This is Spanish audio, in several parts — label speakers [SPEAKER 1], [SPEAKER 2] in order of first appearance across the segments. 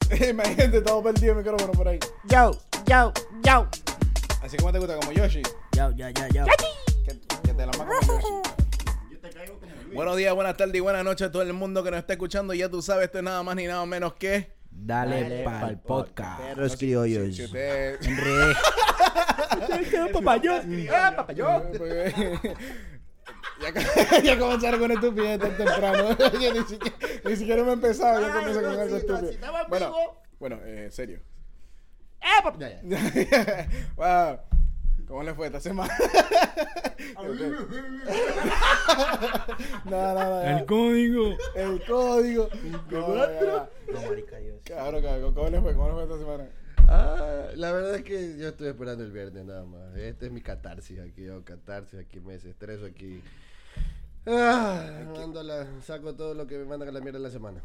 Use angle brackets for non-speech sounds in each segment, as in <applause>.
[SPEAKER 1] <laughs> Imagínate, todo perdido el micrófono por ahí.
[SPEAKER 2] Yo, yo, yo.
[SPEAKER 1] Así como te gusta, como Yoshi.
[SPEAKER 2] Yo, yo, yo, yo.
[SPEAKER 1] Que, que te la maca como Yoshi. Buenos días, buenas tardes y buenas noches a todo el mundo que nos está escuchando. Ya tú sabes, esto es nada más ni nada menos que.
[SPEAKER 2] Dale, para el podcast.
[SPEAKER 3] Perros
[SPEAKER 1] Si-
[SPEAKER 3] criollos.
[SPEAKER 1] si usted-
[SPEAKER 3] Enredé.
[SPEAKER 2] Papayón. Ah, papayón.
[SPEAKER 1] ya, co- <laughs> ya comenzaron con estupidez tan temprano. <laughs> Yo ni siquiera, ni siquiera me empezaba, ya comencé con algo estúpido. bueno, bueno, eh, en serio.
[SPEAKER 2] Ah, papayón.
[SPEAKER 1] <laughs> wow. ¿Cómo le fue esta semana? <laughs> no, no, no. El código. El código. No, ya, ya. Claro, claro. ¿Cómo le fue? ¿Cómo le fue esta semana?
[SPEAKER 4] Ah, la verdad es que yo estoy esperando el viernes nada más. Este es mi catarsis aquí, yo catarsis aquí, me desestreso aquí. Ah, mando la- saco todo lo que me mandan a la mierda de la semana.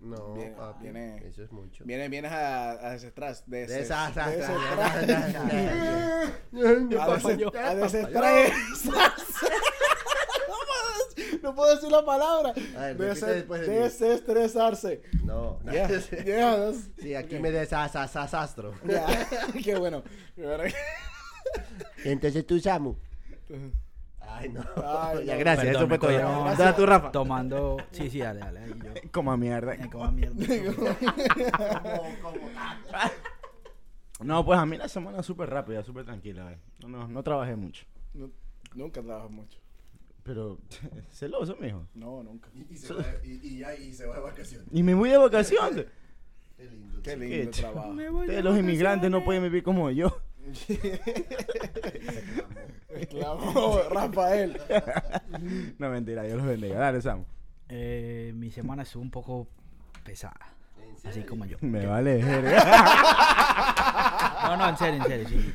[SPEAKER 4] No,
[SPEAKER 1] Viene-
[SPEAKER 4] papi,
[SPEAKER 1] viene-
[SPEAKER 4] eso es mucho. <laughs>
[SPEAKER 1] Vienes, vienes a, a desestras. des-
[SPEAKER 4] Desastre.
[SPEAKER 1] desestras. <laughs> A
[SPEAKER 4] Papayón.
[SPEAKER 1] deses- a desestresarse. <laughs> No puedo decir- No puedo decir la palabra.
[SPEAKER 4] A ver,
[SPEAKER 1] Dese-
[SPEAKER 4] repite después de mí.
[SPEAKER 1] desestresarse.
[SPEAKER 4] No, no.
[SPEAKER 1] Ya,
[SPEAKER 4] <laughs>
[SPEAKER 1] ya, dos.
[SPEAKER 4] Sí, aquí
[SPEAKER 1] Ok.
[SPEAKER 4] me desasasasastro.
[SPEAKER 1] <laughs> Ya. Qué bueno. Qué
[SPEAKER 4] <laughs>
[SPEAKER 1] bueno.
[SPEAKER 4] Entonces tú, Samu. Ay, no.
[SPEAKER 1] Ay,
[SPEAKER 4] ya,
[SPEAKER 1] no.
[SPEAKER 4] gracias.
[SPEAKER 3] Perdón,
[SPEAKER 4] eso fue
[SPEAKER 3] me
[SPEAKER 4] todo.
[SPEAKER 3] cogió
[SPEAKER 1] Gracias.
[SPEAKER 4] Dale tú, Rafa.
[SPEAKER 3] Tomando. Sí, sí, dale, dale. ahí yo.
[SPEAKER 2] Como mierda.
[SPEAKER 3] Eh, coma mierda.
[SPEAKER 2] <laughs> No, pues a mí la semana súper rápida, súper tranquila. eh. No, no, no trabajé mucho.
[SPEAKER 1] Nu- Nunca trabajas mucho.
[SPEAKER 2] Pero <laughs> celoso, mijo.
[SPEAKER 1] No, nunca.
[SPEAKER 2] Y me voy de vacaciones.
[SPEAKER 1] Qué
[SPEAKER 2] Qué
[SPEAKER 1] lindo
[SPEAKER 2] ch-
[SPEAKER 1] trabajo. <laughs>
[SPEAKER 2] Ustedes los inmigrantes no pueden vivir como yo.
[SPEAKER 1] Exclamó Rafael.
[SPEAKER 2] No, mentira, Dios los bendiga. Dale, Sam.
[SPEAKER 3] Eh, mi semana estuvo un poco pesada. Así como
[SPEAKER 1] <laughs>
[SPEAKER 3] yo.
[SPEAKER 2] Me vale verga.
[SPEAKER 3] No, no, en serio, en serio, sí.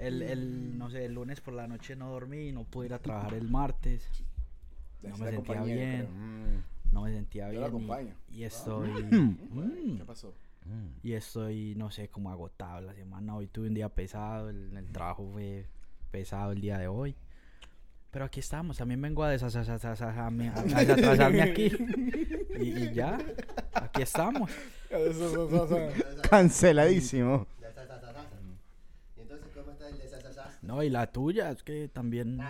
[SPEAKER 3] El, el, no sé, el lunes por la noche no dormí, no pude ir a trabajar el martes. No
[SPEAKER 1] Es
[SPEAKER 3] me
[SPEAKER 1] la
[SPEAKER 3] sentía
[SPEAKER 1] compañía, yo
[SPEAKER 3] bien.
[SPEAKER 1] creo. Mm.
[SPEAKER 4] Mm.
[SPEAKER 3] No me sentía
[SPEAKER 1] Yo
[SPEAKER 3] bien.
[SPEAKER 1] la
[SPEAKER 3] y-
[SPEAKER 1] acompaño.
[SPEAKER 3] Y, estoy.
[SPEAKER 4] Mm.
[SPEAKER 3] mm,
[SPEAKER 1] ¿Qué pasó? <laughs>
[SPEAKER 3] Y estoy, no sé, como agotado la semana. Hoy tuve un día pesado, el, el trabajo fue pesado el día de hoy. Pero aquí estamos, también vengo a desasasasasasame- a- a desatrasarme aquí. Y, y ya, aquí estamos.
[SPEAKER 1] Eso, eso, eso, eso.
[SPEAKER 2] Canceladísimo.
[SPEAKER 4] Y entonces, ¿cómo está el desasasastre?
[SPEAKER 3] No, y la tuya, es que también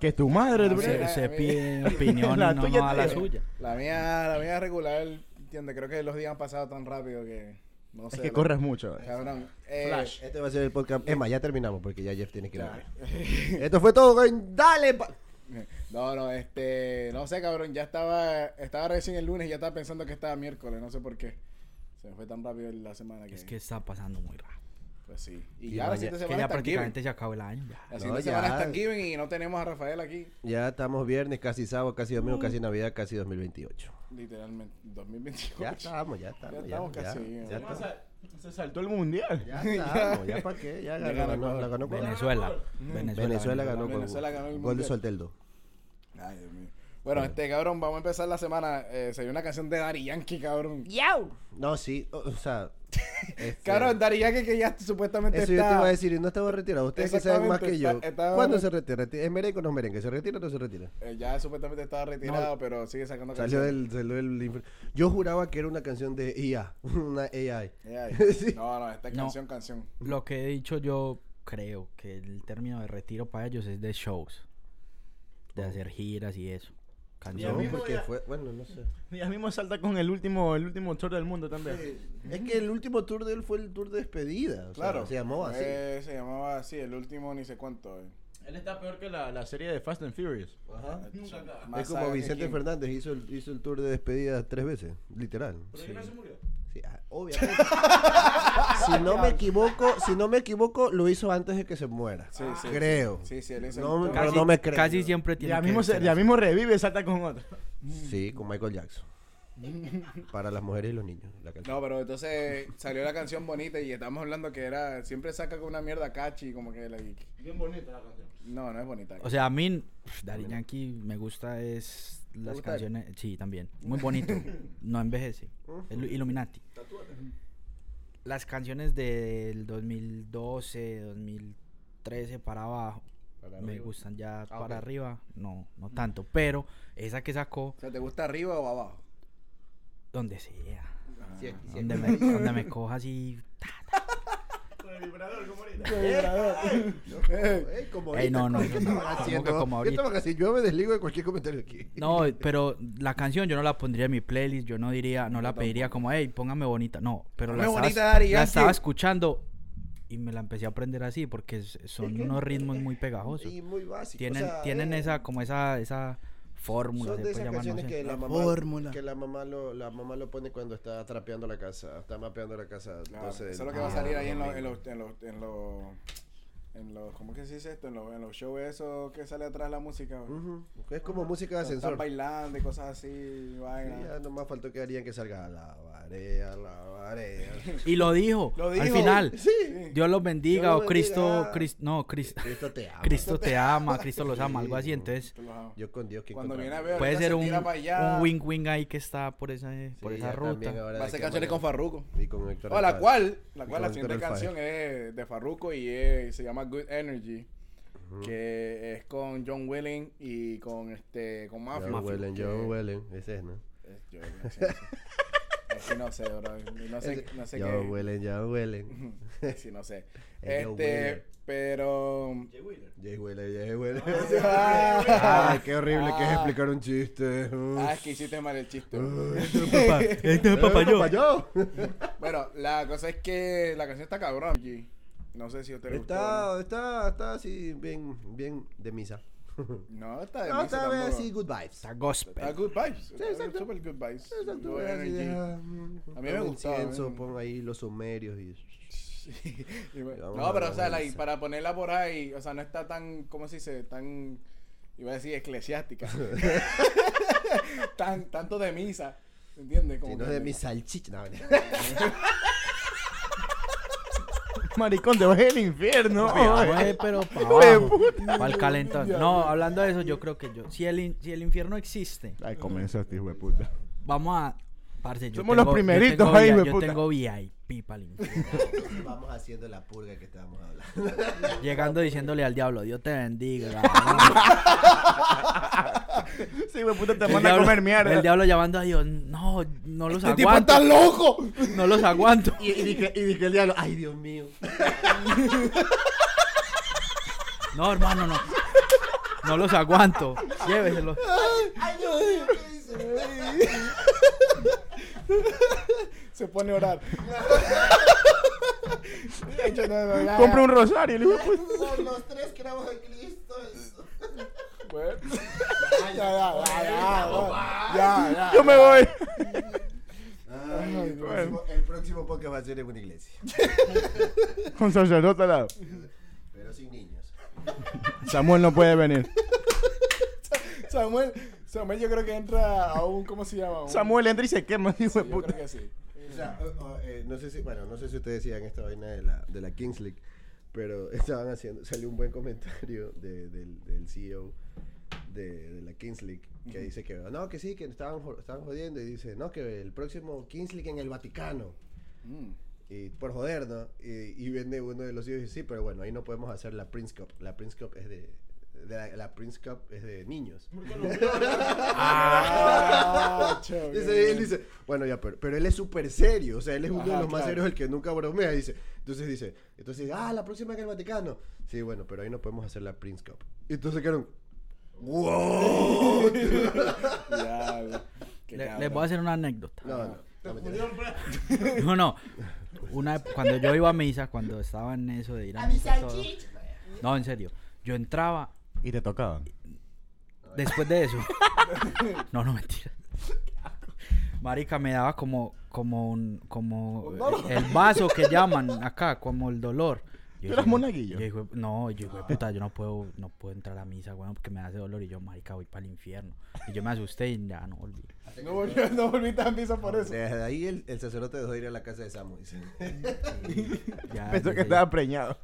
[SPEAKER 2] Que tu madre,
[SPEAKER 1] Ah,
[SPEAKER 2] bro.
[SPEAKER 3] se,
[SPEAKER 1] mira,
[SPEAKER 3] se
[SPEAKER 1] mira.
[SPEAKER 3] pide opinión
[SPEAKER 2] <laughs> La
[SPEAKER 3] y no,
[SPEAKER 2] tuya
[SPEAKER 3] no a la
[SPEAKER 2] también.
[SPEAKER 3] suya.
[SPEAKER 1] La mía, la mía regular, entiende, creo que los días han pasado tan rápido que no sé.
[SPEAKER 2] Es que
[SPEAKER 1] la-
[SPEAKER 2] corres mucho. eh.
[SPEAKER 1] Cabrón. Eh,
[SPEAKER 4] Este va a ser el podcast. Es más, ya terminamos porque ya Jeff tiene que ir a
[SPEAKER 1] ya.
[SPEAKER 4] dormir. Esto fue todo. güey. Dale. pa-
[SPEAKER 1] No, no, este, no sé, cabrón, ya estaba, estaba recién el lunes y ya estaba pensando que estaba miércoles, no sé por qué. Se me fue tan rápido la semana que,
[SPEAKER 3] Es que está pasando muy rápido.
[SPEAKER 1] pues sí. Y,
[SPEAKER 4] Y
[SPEAKER 1] ya la
[SPEAKER 4] maña-
[SPEAKER 1] siguiente semana
[SPEAKER 3] Que ya
[SPEAKER 1] es Thanksgiving.
[SPEAKER 3] prácticamente se acabó el año. ya.
[SPEAKER 1] La
[SPEAKER 4] No,
[SPEAKER 1] siguiente
[SPEAKER 4] ya.
[SPEAKER 1] semana es Thanksgiving y no tenemos a Rafael aquí,
[SPEAKER 4] Ya estamos viernes, casi sábado, casi
[SPEAKER 1] Mm.
[SPEAKER 4] domingo, casi Navidad, casi 2028.
[SPEAKER 1] literalmente, 2028.
[SPEAKER 4] Ya estamos, ya estamos.
[SPEAKER 1] Ya estamos casi,
[SPEAKER 4] Ya,
[SPEAKER 1] ¿no?
[SPEAKER 4] ya estamos.
[SPEAKER 1] <laughs>
[SPEAKER 2] Se saltó el mundial.
[SPEAKER 4] Ya estamos, ya para qué. Ya ganó,
[SPEAKER 1] ganó
[SPEAKER 4] ganó, la ganó Ecuador.
[SPEAKER 3] Venezuela.
[SPEAKER 4] Venezuela,
[SPEAKER 3] Venezuela.
[SPEAKER 4] ganó.
[SPEAKER 1] Venezuela
[SPEAKER 4] Ecuador.
[SPEAKER 1] ganó el
[SPEAKER 4] Gol de
[SPEAKER 1] mundial.
[SPEAKER 4] Solteldo.
[SPEAKER 1] Ay, Dios mío. Bueno, este cabrón, vamos a empezar la semana. Eh, se dio una canción de Daddy Yankee, cabrón.
[SPEAKER 4] No, sí, o,
[SPEAKER 1] <laughs>
[SPEAKER 4] o sea. este,
[SPEAKER 1] Cabrón, Daddy Yankee que ya supuestamente
[SPEAKER 4] Eso yo
[SPEAKER 1] está.
[SPEAKER 4] te iba a decir, y no estaba retirado. Ustedes que saben más que yo.
[SPEAKER 1] Exactamente, está- estaba-
[SPEAKER 4] ¿Cuándo se retira? ¿Es merengue o no es merengue? ¿Se retira o no se retira?
[SPEAKER 1] Eh, ya supuestamente estaba retirado, pero sigue sacando
[SPEAKER 4] Salió
[SPEAKER 1] canciones.
[SPEAKER 4] del, salió del infer- Yo juraba que era una canción de IA, <laughs> una AI.
[SPEAKER 1] Ya, ya.
[SPEAKER 4] <laughs> Sí.
[SPEAKER 1] No, no, esta es
[SPEAKER 3] No.
[SPEAKER 1] canción, canción.
[SPEAKER 3] Lo que he dicho yo creo que el término de retiro para ellos es de shows. De hacer giras y eso.
[SPEAKER 4] No,
[SPEAKER 3] Canciones.
[SPEAKER 4] porque fue, bueno, no sé.
[SPEAKER 2] Ya mismo salta con el último, el último tour del mundo también.
[SPEAKER 4] Es que el último tour de él fue el tour de despedida. o sea,
[SPEAKER 1] Claro.
[SPEAKER 4] se llamó así.
[SPEAKER 1] Eh, se llamaba así, el último ni sé cuánto. eh.
[SPEAKER 2] Él está peor que la, la serie de Fast and Furious.
[SPEAKER 4] Ajá.
[SPEAKER 2] Nunca acaba.
[SPEAKER 1] Más
[SPEAKER 4] Es como
[SPEAKER 1] saga que
[SPEAKER 4] Vicente
[SPEAKER 1] King.
[SPEAKER 4] Fernández hizo el, hizo el tour de despedida tres veces, literal.
[SPEAKER 2] ¿Por qué no se murió?
[SPEAKER 4] Sí, ah, obviamente. si no me equivoco, si no me equivoco, lo hizo antes de que se muera.
[SPEAKER 1] Sí, sí,
[SPEAKER 4] Creo.
[SPEAKER 1] Sí, sí, él hizo
[SPEAKER 4] No,
[SPEAKER 1] un-
[SPEAKER 4] pero no me creo.
[SPEAKER 3] casi siempre tiene
[SPEAKER 2] Ya
[SPEAKER 3] que
[SPEAKER 2] mismo, se-
[SPEAKER 3] ser
[SPEAKER 2] ya
[SPEAKER 3] así.
[SPEAKER 2] mismo revive y salta con otro.
[SPEAKER 4] Sí, con Michael Jackson. Para las mujeres y los niños. la canción.
[SPEAKER 1] No, pero entonces salió la canción bonita y estamos hablando que era. Siempre saca con una mierda cachi, como que la.
[SPEAKER 2] Bien bonita la canción.
[SPEAKER 1] No, no es bonita.
[SPEAKER 3] O sea, a mí, pff, Daddy Yankee me gusta es las
[SPEAKER 1] gusta?
[SPEAKER 3] canciones. Sí, también. Muy bonito. no envejece. Es lu- Illuminati. Las canciones del 2012, 2013 para abajo.
[SPEAKER 4] Para
[SPEAKER 3] me
[SPEAKER 4] arriba.
[SPEAKER 3] gustan ya
[SPEAKER 4] ok.
[SPEAKER 3] para arriba, no, no tanto, pero esa que sacó,
[SPEAKER 1] O sea, ¿te gusta arriba o abajo?
[SPEAKER 3] donde sea.
[SPEAKER 5] Sí, aquí, sí,
[SPEAKER 3] Donde
[SPEAKER 5] aquí.
[SPEAKER 3] me, donde me coja así.
[SPEAKER 2] Con el vibrador, como ahorita.
[SPEAKER 4] Loco, ey, como
[SPEAKER 3] Ey, no,
[SPEAKER 4] ahorita,
[SPEAKER 3] no,
[SPEAKER 4] ¿qué
[SPEAKER 3] no,
[SPEAKER 4] estaban
[SPEAKER 3] no,
[SPEAKER 4] haciendo?
[SPEAKER 3] como que como
[SPEAKER 4] ¿Qué
[SPEAKER 3] ahorita.
[SPEAKER 4] estaban haciendo? Yo me desligo de cualquier comentario aquí.
[SPEAKER 3] No, pero la canción yo no la pondría en mi playlist, yo no diría, no la pediría como, hey, póngame bonita. No, pero la
[SPEAKER 1] Póngame
[SPEAKER 3] estaba,
[SPEAKER 1] bonita, Daddy
[SPEAKER 3] la
[SPEAKER 1] Yankee.
[SPEAKER 3] estaba escuchando y me la empecé a aprender así porque es- son unos ritmos muy pegajosos.
[SPEAKER 4] Y muy básico.
[SPEAKER 3] Tienen,
[SPEAKER 4] o sea,
[SPEAKER 3] tienen
[SPEAKER 4] eh,
[SPEAKER 3] esa, como esa, esa fórmula,
[SPEAKER 4] Son
[SPEAKER 3] se puede
[SPEAKER 4] de esas
[SPEAKER 3] llamar, no
[SPEAKER 4] canciones
[SPEAKER 3] sé.
[SPEAKER 4] que la
[SPEAKER 1] La
[SPEAKER 4] mamá,
[SPEAKER 1] fórmula.
[SPEAKER 4] que la mamá lo, la mamá lo pone cuando está trapeando la casa, está mapeando la casa.
[SPEAKER 1] Claro, eso
[SPEAKER 4] entonces,
[SPEAKER 1] es lo que va a
[SPEAKER 4] día,
[SPEAKER 1] salir ahí en los, en
[SPEAKER 4] domingo.
[SPEAKER 1] los, en los, en los, en los- ¿cómo que se dice esto? En los, en los shows esos que sale atrás la música. güey.
[SPEAKER 4] Ujú, Es como música de
[SPEAKER 1] Cuando Están
[SPEAKER 4] Mm, ascensor.
[SPEAKER 1] bailando y cosas así, vaina.
[SPEAKER 4] Ya nomás faltó que harían que salga la varea, la varea.
[SPEAKER 3] Y lo dijo,
[SPEAKER 1] <laughs> Lo
[SPEAKER 3] al
[SPEAKER 1] dijo.
[SPEAKER 3] final.
[SPEAKER 4] <laughs> Sí.
[SPEAKER 3] Dios los bendiga
[SPEAKER 4] Dios
[SPEAKER 3] o
[SPEAKER 4] los
[SPEAKER 3] Cristo,
[SPEAKER 4] bendiga. Eh,
[SPEAKER 3] Cristo, no, <laughs> Cristo,
[SPEAKER 4] Cristo te ama.
[SPEAKER 3] Cristo te ama, Cristo los ama, algo así, entonces
[SPEAKER 1] Te los hago.
[SPEAKER 4] Yo con Dios que
[SPEAKER 1] Cuando viene a ver,
[SPEAKER 3] puede
[SPEAKER 1] ahorita
[SPEAKER 3] ser
[SPEAKER 1] se
[SPEAKER 3] un,
[SPEAKER 1] tira pa' allá.
[SPEAKER 3] un wing-wing ahí que está por esa, eh, por esa ruta.
[SPEAKER 1] Va a hacer canciones con Farruko.
[SPEAKER 4] Y con Héctor
[SPEAKER 1] O la
[SPEAKER 4] Alfaro.
[SPEAKER 1] cual, la cual
[SPEAKER 4] Y con
[SPEAKER 1] la
[SPEAKER 4] Héctor
[SPEAKER 1] siguiente
[SPEAKER 4] Alfaro.
[SPEAKER 1] canción es de Farruko y es- se llama Good Energy, que es con John Willing y con este con Mafia.
[SPEAKER 4] John Wellen,
[SPEAKER 1] que-
[SPEAKER 4] John Wellen. Ese es, ¿no?
[SPEAKER 1] es- yo- yo- sí, sí. Es que no sé, bro. No sé, no sé
[SPEAKER 4] John
[SPEAKER 1] qué.
[SPEAKER 4] Wellen, John
[SPEAKER 1] <laughs>
[SPEAKER 4] Wellen.
[SPEAKER 1] Sí, no sé.
[SPEAKER 4] Es John
[SPEAKER 1] Este,
[SPEAKER 4] Wheeler.
[SPEAKER 1] pero
[SPEAKER 4] Jay Wellen, Jay Wellen. <laughs>
[SPEAKER 1] Ah.
[SPEAKER 4] Ay, qué horrible que es
[SPEAKER 1] Ah.
[SPEAKER 4] explicar un chiste.
[SPEAKER 1] ah, es que hiciste mal el chiste.
[SPEAKER 4] <laughs>
[SPEAKER 3] Esto es papayón.
[SPEAKER 1] <laughs> Bueno, la cosa es que la canción está cabrón, G. No sé si a usted le gustó o
[SPEAKER 4] Está, está, está así bien, bien de misa.
[SPEAKER 1] No, No, está de
[SPEAKER 4] No,
[SPEAKER 1] misa
[SPEAKER 4] está bien
[SPEAKER 1] tampoco.
[SPEAKER 4] así good vibes.
[SPEAKER 3] Está gospel.
[SPEAKER 1] Está good vibes. está
[SPEAKER 4] exacto.
[SPEAKER 1] Super good vibes.
[SPEAKER 4] Exacto,
[SPEAKER 1] Good
[SPEAKER 4] es así,
[SPEAKER 1] energy.
[SPEAKER 4] deja, mm,
[SPEAKER 1] me
[SPEAKER 4] toma
[SPEAKER 1] gustaba,
[SPEAKER 4] incienso,
[SPEAKER 1] eh.
[SPEAKER 4] pon ahí los sumerios y...
[SPEAKER 1] <laughs> Sí, y bueno,
[SPEAKER 4] Y vamos
[SPEAKER 1] no,
[SPEAKER 4] a
[SPEAKER 1] pero
[SPEAKER 4] la
[SPEAKER 1] o sea, la-
[SPEAKER 4] misa.
[SPEAKER 1] para ponerla por ahí, o sea, no está tan, ¿cómo se dice? Tan, iba a decir eclesiástica. <laughs> tan, tanto de misa, ¿entiendes?
[SPEAKER 4] Si
[SPEAKER 1] Como
[SPEAKER 4] no
[SPEAKER 1] que-
[SPEAKER 4] de mi salchicha. No, mentira.
[SPEAKER 1] <laughs>
[SPEAKER 2] Maricón, te vas al infierno.
[SPEAKER 3] Fue, eh, pero para el calentón. No, hablando de eso, yo creo que yo. Si el, in- si el infierno existe,
[SPEAKER 2] Ay, comenzaste, hijo de puta.
[SPEAKER 3] vamos a. Parce, yo
[SPEAKER 2] Somos los
[SPEAKER 3] tengo- yo
[SPEAKER 2] primeritos
[SPEAKER 3] tengo
[SPEAKER 2] ahí,
[SPEAKER 3] vi-
[SPEAKER 2] hijo de
[SPEAKER 3] Yo
[SPEAKER 2] puta.
[SPEAKER 3] tengo VIP para el
[SPEAKER 2] <laughs>
[SPEAKER 3] infierno.
[SPEAKER 4] Vamos haciendo la purga que estábamos hablando.
[SPEAKER 3] Llegando diciéndole al diablo, Dios te
[SPEAKER 2] <laughs>
[SPEAKER 3] bendiga.
[SPEAKER 2] Sí, hijo de puta, te
[SPEAKER 3] El
[SPEAKER 2] manda a
[SPEAKER 3] diablo-
[SPEAKER 2] comer
[SPEAKER 3] El
[SPEAKER 2] mierda.
[SPEAKER 3] diablo llamando a Dios, no, no los
[SPEAKER 1] ¡Este tipo está
[SPEAKER 3] aguanto.
[SPEAKER 1] loco!
[SPEAKER 3] No los aguanto.
[SPEAKER 4] Y, y dije, y dije el diablo, ay Dios <laughs> mío.
[SPEAKER 3] No, hermano, no. No los
[SPEAKER 2] <laughs>
[SPEAKER 3] aguanto. Lléveselos.
[SPEAKER 1] Se pone a
[SPEAKER 4] <laughs>
[SPEAKER 1] orar.
[SPEAKER 2] Compra un rosario, el hijo de puta.
[SPEAKER 4] Por los tres cravos de Cristo.
[SPEAKER 1] Bueno. Pues. Ya, ya, ya, ya, ya, ya.
[SPEAKER 2] Yo me voy.
[SPEAKER 4] el, próximo, el próximo podcast va a ser en una iglesia.
[SPEAKER 2] Con sacerdote al lado.
[SPEAKER 4] Pero sin niños.
[SPEAKER 2] Samuel no puede venir.
[SPEAKER 1] Samuel, Samuel yo creo que entra a un, ¿cómo se llama? Un-
[SPEAKER 2] Samuel entra y se quema, hijo de
[SPEAKER 1] Yo
[SPEAKER 2] puta.
[SPEAKER 1] creo que sí.
[SPEAKER 4] O sea, o- o, eh, no sé si, bueno, no sé si ustedes decían esta vaina de la, de la Kings League, pero <laughs> estaban haciendo, salió un buen comentario de- del, del CEO de, de la Kings League que dice que, no, que sí, que estaban, jo- estaban jodiendo y dice, no, que el próximo Kings League en el Vaticano.
[SPEAKER 1] Mm.
[SPEAKER 4] Y por joder, ¿no? Y, y viene uno de los hijos y dice, sí, pero bueno, ahí no podemos hacer la Prince Cup. La Prince Cup es de... de la, la Prince Cup es de niños.
[SPEAKER 1] <laughs> Ah, chao,
[SPEAKER 4] Dice,
[SPEAKER 1] qué
[SPEAKER 4] él
[SPEAKER 1] bien.
[SPEAKER 4] dice, bueno, ya, pero, pero él es súper serio. O sea, él es uno
[SPEAKER 1] Ajá,
[SPEAKER 4] de los más
[SPEAKER 1] claro.
[SPEAKER 4] serios, el que nunca bromea. Dice, entonces dice, entonces, ah, la próxima que el Vaticano. Sí, bueno, pero ahí no podemos hacer la Prince Cup. Y entonces quedaron, wow.
[SPEAKER 1] Diablo. Qué
[SPEAKER 3] Le-
[SPEAKER 1] cabrón.
[SPEAKER 3] les voy a hacer una anécdota.
[SPEAKER 4] <laughs> no, no. no, mentira.
[SPEAKER 3] No, no. Una, cuando yo iba a misa, cuando estaba en eso de ir a, misa. todo- no, en serio. Yo entraba
[SPEAKER 2] Y te tocaba.
[SPEAKER 3] después de
[SPEAKER 4] <laughs>
[SPEAKER 3] eso. No, no, mentira. Marica me daba como, como un, como el vaso que llaman acá, como el dolor. Yo
[SPEAKER 2] ¿Tú eras
[SPEAKER 3] dije,
[SPEAKER 2] monaguillo?
[SPEAKER 3] yo dije, no, yo dije, puta, yo no puedo, no puedo entrar a misa, weón, porque me hace dolor y yo, marica, voy para el infierno. Y yo me asusté y ya no volví.
[SPEAKER 1] No volví, no volví tan pisa por eso.
[SPEAKER 4] Desde ahí el, el sacerdote dejó de ir a la casa de Samu. Dice.
[SPEAKER 3] Ya,
[SPEAKER 2] Pensó
[SPEAKER 3] desde-
[SPEAKER 2] que estaba preñado.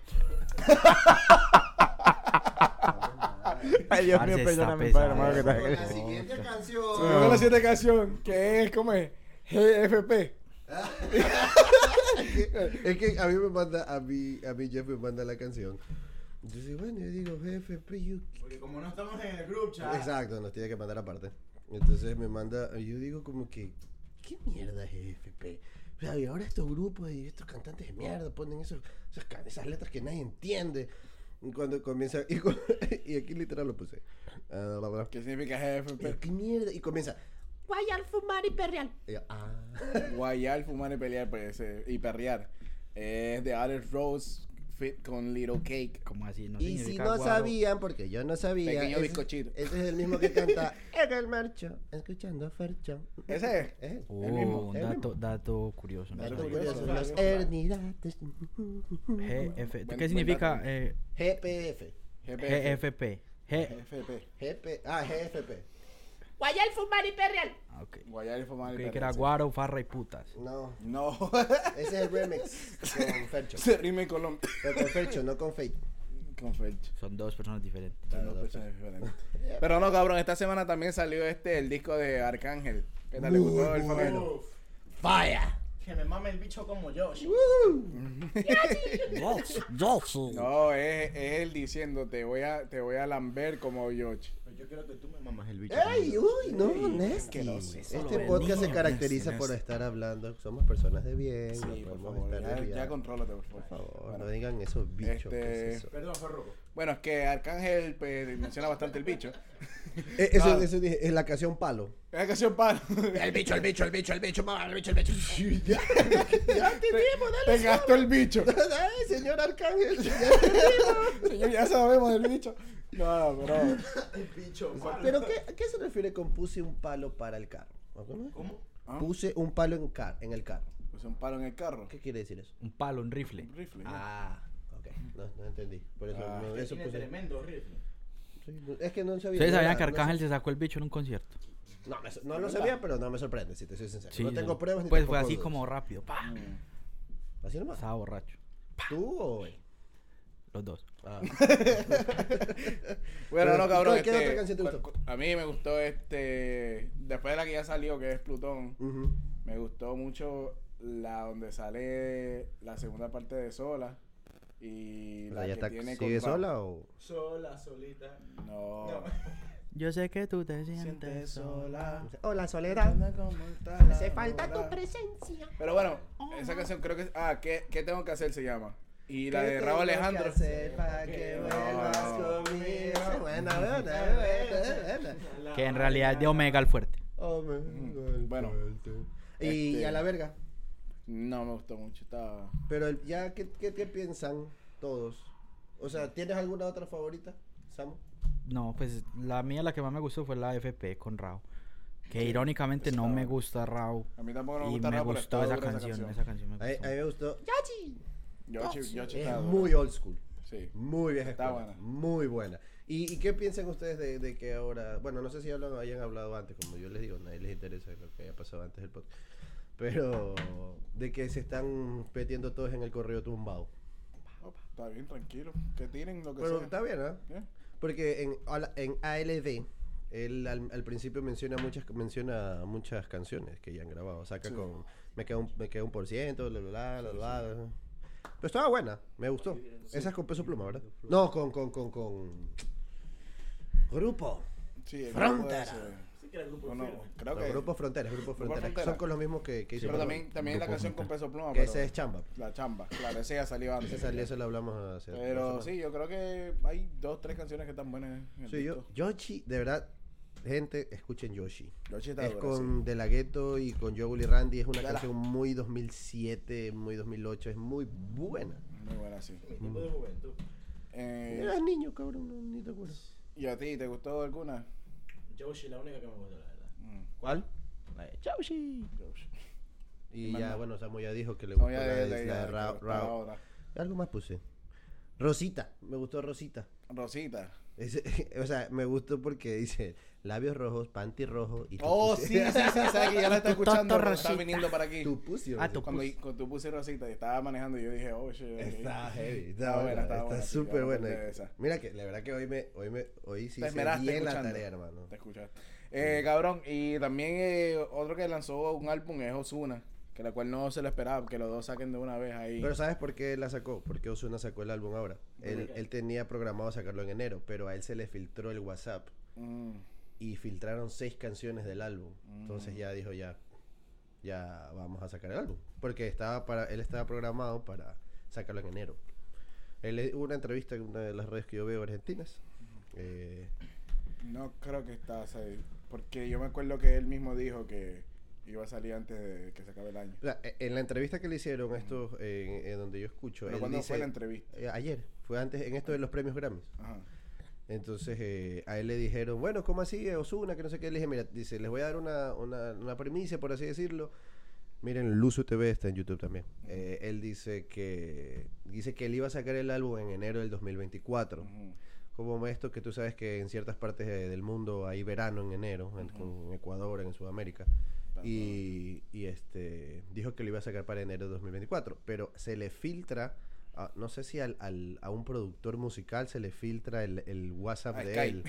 [SPEAKER 2] Ay, Dios mío,
[SPEAKER 3] Parce, está
[SPEAKER 2] perdóname, padre,
[SPEAKER 3] pesado.
[SPEAKER 2] hermano, que estás
[SPEAKER 4] Con la
[SPEAKER 2] agresivo.
[SPEAKER 4] siguiente
[SPEAKER 1] Se me fue
[SPEAKER 4] canción.
[SPEAKER 1] la siguiente canción, que es, ¿cómo es? GFP.
[SPEAKER 4] <laughs> Es que a mí me manda, a mí, a mí Jeff me manda la canción. Entonces, bueno, yo digo, jefe, pero yo-
[SPEAKER 2] Porque como no estamos en el grupo,
[SPEAKER 4] Exacto, nos tiene que mandar aparte. Entonces me manda, yo digo como que, ¿qué mierda es FP? O sea, y ahora estos grupos y estos cantantes de mierda ponen esos, esas, can- esas letras que nadie entiende. Y cuando comienza, <laughs> y, cu- y aquí literal lo puse. Ah, bla, bla.
[SPEAKER 1] ¿Qué significa GFP?
[SPEAKER 4] Pero qué mierda. Y comienza.
[SPEAKER 5] Guayar, fumar y perrear.
[SPEAKER 4] y yo, ah.
[SPEAKER 1] Guayar, fumar y pelear pues, eh, y perrear. Es de Alex Rose Fit con Little Cake.
[SPEAKER 3] Como así, no
[SPEAKER 4] Y si
[SPEAKER 3] significa
[SPEAKER 4] no
[SPEAKER 3] guaro.
[SPEAKER 4] sabían, porque yo no sabía.
[SPEAKER 1] Pequeño
[SPEAKER 4] ese-
[SPEAKER 1] bizcochito.
[SPEAKER 4] Ese es el mismo que canta en el marcho, escuchando a Fercho. Eh,
[SPEAKER 1] Ese es.
[SPEAKER 4] Él.
[SPEAKER 3] Oh,
[SPEAKER 1] El mismo,
[SPEAKER 3] un
[SPEAKER 1] el
[SPEAKER 3] dato, dato curioso. no
[SPEAKER 1] Dato
[SPEAKER 4] Los
[SPEAKER 3] sabía.
[SPEAKER 1] curioso. claro,
[SPEAKER 4] curiosos, los
[SPEAKER 1] claro.
[SPEAKER 4] Hernidates.
[SPEAKER 3] GF,
[SPEAKER 1] Buen-
[SPEAKER 3] ¿Qué
[SPEAKER 1] buen
[SPEAKER 3] significa
[SPEAKER 1] dato.
[SPEAKER 3] eh,
[SPEAKER 4] GPF.
[SPEAKER 1] GPF.
[SPEAKER 3] GFP? G...
[SPEAKER 1] GFP.
[SPEAKER 4] GP. Ah, GFP.
[SPEAKER 5] Guayar, fumar y perrear.
[SPEAKER 3] ah, ok.
[SPEAKER 1] Guayar, fumar y
[SPEAKER 3] Creí
[SPEAKER 1] perrear.
[SPEAKER 3] que era
[SPEAKER 1] sí.
[SPEAKER 3] guaro, farra y putas.
[SPEAKER 4] No.
[SPEAKER 1] No. <laughs>
[SPEAKER 4] Ese es el remix con Fercho.
[SPEAKER 1] Se rime con, lo-
[SPEAKER 4] Pero con Fercho, no con Fate.
[SPEAKER 1] <coughs> con Felch.
[SPEAKER 3] Son dos personas diferentes.
[SPEAKER 1] Dos
[SPEAKER 4] Claro, pero-
[SPEAKER 1] personas diferentes. Pero no, cabrón, esta semana también salió este, el disco de Arcángel. ¿Qué tal le gustó el famoso?
[SPEAKER 4] Falla.
[SPEAKER 2] Que me mame el bicho como yo.
[SPEAKER 1] No, es, es él diciendo, te voy a, te voy a lamber como George.
[SPEAKER 2] Yo quiero que tú me mamas el bicho.
[SPEAKER 4] ¡Ey! ¡Uy! No, Nesty.
[SPEAKER 1] asqueroso.
[SPEAKER 4] Este podcast se caracteriza por estar hablando. Somos personas de bien. no
[SPEAKER 1] Sí, por
[SPEAKER 4] podemos
[SPEAKER 1] favor,
[SPEAKER 4] estar
[SPEAKER 1] ya,
[SPEAKER 4] desviados.
[SPEAKER 1] ya contrólate, por favor.
[SPEAKER 4] Por favor,
[SPEAKER 1] Bueno,
[SPEAKER 4] no digan esos bichos. ¿qué es
[SPEAKER 1] este,
[SPEAKER 4] eso?
[SPEAKER 2] Perdón, Ferruco.
[SPEAKER 1] Bueno, es que Arcángel pues, menciona bastante el bicho.
[SPEAKER 4] Eh, eso,
[SPEAKER 1] Ah.
[SPEAKER 4] eso dije, es la canción Palo.
[SPEAKER 1] <laughs> Es la canción <laughs> palo.
[SPEAKER 4] El bicho, el bicho, el bicho, el bicho, el bicho, el bicho. <laughs> ya, ya te dimos,
[SPEAKER 1] Te gastó el bicho.
[SPEAKER 4] dale. Ay, señor Arcángel. ya.
[SPEAKER 1] <laughs> Señor, ya sabemos del bicho. No, <laughs> pero.
[SPEAKER 2] Bicho,
[SPEAKER 4] Pero qué, ¿a qué se refiere con puse un palo para el carro? ¿Cómo?
[SPEAKER 1] ¿Ah?
[SPEAKER 4] Puse un palo en, car en el carro.
[SPEAKER 1] Puse Pues un palo en el carro.
[SPEAKER 4] ¿Qué quiere decir eso?
[SPEAKER 3] Un palo, un rifle.
[SPEAKER 1] Un rifle. ¿no?
[SPEAKER 4] Ah, ok. No, no entendí. Por eso,
[SPEAKER 1] Ah.
[SPEAKER 4] no, eso puse.
[SPEAKER 2] tremendo rifle.
[SPEAKER 4] Sí, no- es que no sabía.
[SPEAKER 3] ¿Ustedes
[SPEAKER 4] no
[SPEAKER 3] sabían
[SPEAKER 4] era-
[SPEAKER 3] que
[SPEAKER 4] no
[SPEAKER 3] Arcángel se sacó el bicho en un concierto?
[SPEAKER 4] sé- No, me so- no lo sabía, pero no me sorprende, si te soy sincero. no tengo
[SPEAKER 3] sí.
[SPEAKER 4] pruebas ni
[SPEAKER 3] Pues fue
[SPEAKER 4] tampoco
[SPEAKER 3] así
[SPEAKER 4] dudas.
[SPEAKER 3] como rápido. pa.
[SPEAKER 4] ¿Así nomás?
[SPEAKER 3] Estaba borracho.
[SPEAKER 4] ¿Tú o él?
[SPEAKER 3] Los dos.
[SPEAKER 4] Ah.
[SPEAKER 1] Bueno, Ah.
[SPEAKER 4] Pero,
[SPEAKER 1] no,
[SPEAKER 4] ¿y
[SPEAKER 1] cabrón.
[SPEAKER 4] cuál- qué
[SPEAKER 1] este,
[SPEAKER 4] otra canción te gustó?
[SPEAKER 1] cu- cu- A mí me gustó este. Después de la que ya salió, que es Plutón,
[SPEAKER 4] Ujú.
[SPEAKER 1] me gustó mucho la donde sale la segunda parte de Sola. Y la,
[SPEAKER 4] La ya
[SPEAKER 1] que
[SPEAKER 4] está-
[SPEAKER 1] tiene con
[SPEAKER 4] ¿Sigue
[SPEAKER 1] Bad-
[SPEAKER 4] sola o...?
[SPEAKER 2] Sola, solita.
[SPEAKER 1] No.
[SPEAKER 3] Yo sé que tú te
[SPEAKER 1] Siente
[SPEAKER 3] sientes
[SPEAKER 1] sola.
[SPEAKER 4] Hola, Soledad.
[SPEAKER 1] Hace
[SPEAKER 5] Falta tu presencia.
[SPEAKER 1] Pero bueno, esa canción creo que. Ah, ¿qué, qué tengo que hacer? Se llama. Y la
[SPEAKER 4] ¿Qué
[SPEAKER 1] de Raúl
[SPEAKER 4] tengo que
[SPEAKER 1] Alejandro.
[SPEAKER 4] hacer para que vuelvas
[SPEAKER 1] No.
[SPEAKER 4] <laughs> conmigo? Buena, buena, buena, buena.
[SPEAKER 3] Que en realidad es de Omega el fuerte.
[SPEAKER 4] Oh, me-
[SPEAKER 1] Bueno.
[SPEAKER 4] Y
[SPEAKER 1] Este-
[SPEAKER 4] a la verga.
[SPEAKER 1] No me gustó mucho. Estaba.
[SPEAKER 4] Pero el- ya, ¿qué, qué, qué piensan todos? O sea, ¿tienes alguna otra favorita, Samu?
[SPEAKER 3] No, pues la mía, la que más me gustó fue la FP con Rao. Que irónicamente no me gusta Rao.
[SPEAKER 1] A mí tampoco me
[SPEAKER 3] Y
[SPEAKER 1] gusta
[SPEAKER 3] me
[SPEAKER 1] nada, pero
[SPEAKER 3] gustó
[SPEAKER 1] estaba
[SPEAKER 3] esa
[SPEAKER 1] dura
[SPEAKER 3] canción. Esa canción me
[SPEAKER 4] A, mí- a mí
[SPEAKER 3] gustó.
[SPEAKER 4] me gustó.
[SPEAKER 5] Yachi.
[SPEAKER 1] Yo, chi- yo chi-
[SPEAKER 4] Es
[SPEAKER 1] estaba dura.
[SPEAKER 4] muy old school.
[SPEAKER 1] Sí.
[SPEAKER 4] Muy vieja
[SPEAKER 1] Está
[SPEAKER 4] escuela,
[SPEAKER 1] buena.
[SPEAKER 4] Muy buena. ¿Y, y qué piensan ustedes de, de que ahora, bueno, no sé si hablan, hayan hablado antes, como yo les digo, a nadie les interesa lo que haya pasado antes del podcast, pero de que se están metiendo todos en el correo tumbado.
[SPEAKER 1] Está bien, tranquilo. Que tiren lo que
[SPEAKER 4] Pero
[SPEAKER 1] sea. ¿Eh?
[SPEAKER 4] está bien, ¿ah?
[SPEAKER 1] Bien.
[SPEAKER 4] Porque en, ala- en ALD, él al, al principio menciona muchas, menciona muchas canciones que ya han grabado. Saca
[SPEAKER 1] Sí.
[SPEAKER 4] con, me queda un, me queda un por ciento, bla, bla, bla, bla, bla, bla. Pero estaba buena, me gustó. Esa es con peso pluma, ¿verdad? No, con, con, con, con... Grupo.
[SPEAKER 1] Sí, el
[SPEAKER 4] Frontera.
[SPEAKER 1] grupo ese.
[SPEAKER 2] Sí que era el grupo
[SPEAKER 1] O
[SPEAKER 2] firme.
[SPEAKER 1] no, creo
[SPEAKER 4] No,
[SPEAKER 1] que.
[SPEAKER 4] Grupo Fronteras, Grupo Fronteras. que
[SPEAKER 1] Frontera.
[SPEAKER 4] Son con los mismos que, que hizo.
[SPEAKER 1] pero
[SPEAKER 4] Grupo-
[SPEAKER 1] también, también la
[SPEAKER 3] Grupo
[SPEAKER 1] canción con
[SPEAKER 3] Frontera.
[SPEAKER 1] peso pluma.
[SPEAKER 4] Que
[SPEAKER 1] pero-
[SPEAKER 4] ese es Chamba.
[SPEAKER 1] La chamba, claro, ese ya salió antes.
[SPEAKER 4] Ese, eso lo hablamos hace...
[SPEAKER 1] Pero
[SPEAKER 4] hace
[SPEAKER 1] sí, yo creo que hay dos, tres canciones que están buenas. en el
[SPEAKER 4] Sí, yo,
[SPEAKER 1] disco.
[SPEAKER 4] Yoshi, de verdad, gente, escuchen Yoshi.
[SPEAKER 1] Yoshi está
[SPEAKER 4] Es
[SPEAKER 1] dura,
[SPEAKER 4] con De La Ghetto y con Yogul y Randy. Es una
[SPEAKER 1] Dala.
[SPEAKER 4] canción muy 2007, muy 2008. Es muy buena.
[SPEAKER 1] sí. Muy buena, sí.
[SPEAKER 2] Mi tipo de juventud.
[SPEAKER 1] Eh,
[SPEAKER 4] Eras niño, cabrón, no, ni te acuerdas.
[SPEAKER 1] ¿Y a ti, te gustó alguna?
[SPEAKER 2] Yoshi, la única que me gustó, la verdad.
[SPEAKER 1] Mm,
[SPEAKER 4] ¿Cuál?
[SPEAKER 1] Yoshi.
[SPEAKER 4] Y ya, bueno, Samu ya dijo que le
[SPEAKER 1] No,
[SPEAKER 4] gustó
[SPEAKER 1] ya,
[SPEAKER 4] la,
[SPEAKER 1] ya,
[SPEAKER 4] de-
[SPEAKER 1] ya,
[SPEAKER 4] la de
[SPEAKER 1] ya,
[SPEAKER 4] Ra-
[SPEAKER 1] hasta
[SPEAKER 4] Ra-
[SPEAKER 1] ahora.
[SPEAKER 4] Algo más puse. Rosita, me gustó Rosita.
[SPEAKER 1] Rosita.
[SPEAKER 4] Ese- <laughs> o sea, me gustó porque dice labios rojos, panty rojo y tu
[SPEAKER 1] Oh,
[SPEAKER 4] pussy.
[SPEAKER 1] sí, sí, sí, sabes que ya la
[SPEAKER 4] <laughs>
[SPEAKER 1] está
[SPEAKER 3] Tu tonto
[SPEAKER 1] escuchando, pero está
[SPEAKER 3] Rosita.
[SPEAKER 1] viniendo para aquí.
[SPEAKER 4] Tu pussy,
[SPEAKER 3] Ah,
[SPEAKER 4] Rosita.
[SPEAKER 3] tu-
[SPEAKER 1] Cuando,
[SPEAKER 3] pus-
[SPEAKER 1] cuando tú puse Rosita y estaba manejando, yo dije, oh, shit.
[SPEAKER 4] Está heavy,
[SPEAKER 1] Está
[SPEAKER 4] está
[SPEAKER 1] buena,
[SPEAKER 4] buena,
[SPEAKER 1] está
[SPEAKER 4] está
[SPEAKER 1] buena, sí,
[SPEAKER 4] súper
[SPEAKER 1] ya
[SPEAKER 4] buena.
[SPEAKER 1] me acordé de esa.
[SPEAKER 4] Mira que la verdad que hoy me, hoy me, hoy sí
[SPEAKER 1] Te
[SPEAKER 4] hice
[SPEAKER 1] esmeraste
[SPEAKER 4] bien la
[SPEAKER 1] escuchando.
[SPEAKER 4] tarea, hermano.
[SPEAKER 1] Te escuchaste. Eh, cabrón, y también eh, otro que lanzó un álbum es Osuna, que la cual no se lo esperaba, que los dos saquen de una vez ahí.
[SPEAKER 4] Pero ¿sabes por qué la sacó? Porque Ozuna sacó el álbum ahora. Él, él tenía programado sacarlo en enero, pero a él se le filtró el WhatsApp
[SPEAKER 1] Mm, Mm.
[SPEAKER 4] y filtraron seis canciones del álbum. Entonces ya dijo ya, ya vamos a sacar el álbum. Porque estaba para, él estaba programado para sacarlo en enero. Él le- hubo una entrevista en una de las redes que yo veo argentinas. eh,
[SPEAKER 1] No creo que estás ahí. Porque yo me acuerdo que él mismo dijo que iba a salir antes de que se acabe el año.
[SPEAKER 4] o sea, e- en la entrevista que le hicieron, esto en, en donde yo escucho.
[SPEAKER 1] Pero
[SPEAKER 4] él
[SPEAKER 1] cuando
[SPEAKER 4] dice-
[SPEAKER 1] fue la entrevista.
[SPEAKER 4] eh, ayer, fue antes, en esto de los premios Grammys.
[SPEAKER 1] Ajá.
[SPEAKER 4] Entonces eh, a él le dijeron, bueno, ¿cómo así? eh, Osuna, que no sé qué. Le dije, mira, dice, les voy a dar una, una, una premisa, por así decirlo. Miren, Luzu TV está en YouTube también. Eh, él dice que dice que él iba a sacar el álbum en enero del 2024.
[SPEAKER 1] Ujú.
[SPEAKER 4] Como esto que tú sabes que en ciertas partes de- del mundo hay verano en enero, en, en Ecuador, en Sudamérica. Y, y, este dijo que lo iba a sacar para enero de 2024, pero se le filtra, a- no sé si al, al- a un productor musical se le filtra el, el WhatsApp
[SPEAKER 1] A
[SPEAKER 4] de
[SPEAKER 1] Sky.
[SPEAKER 4] él.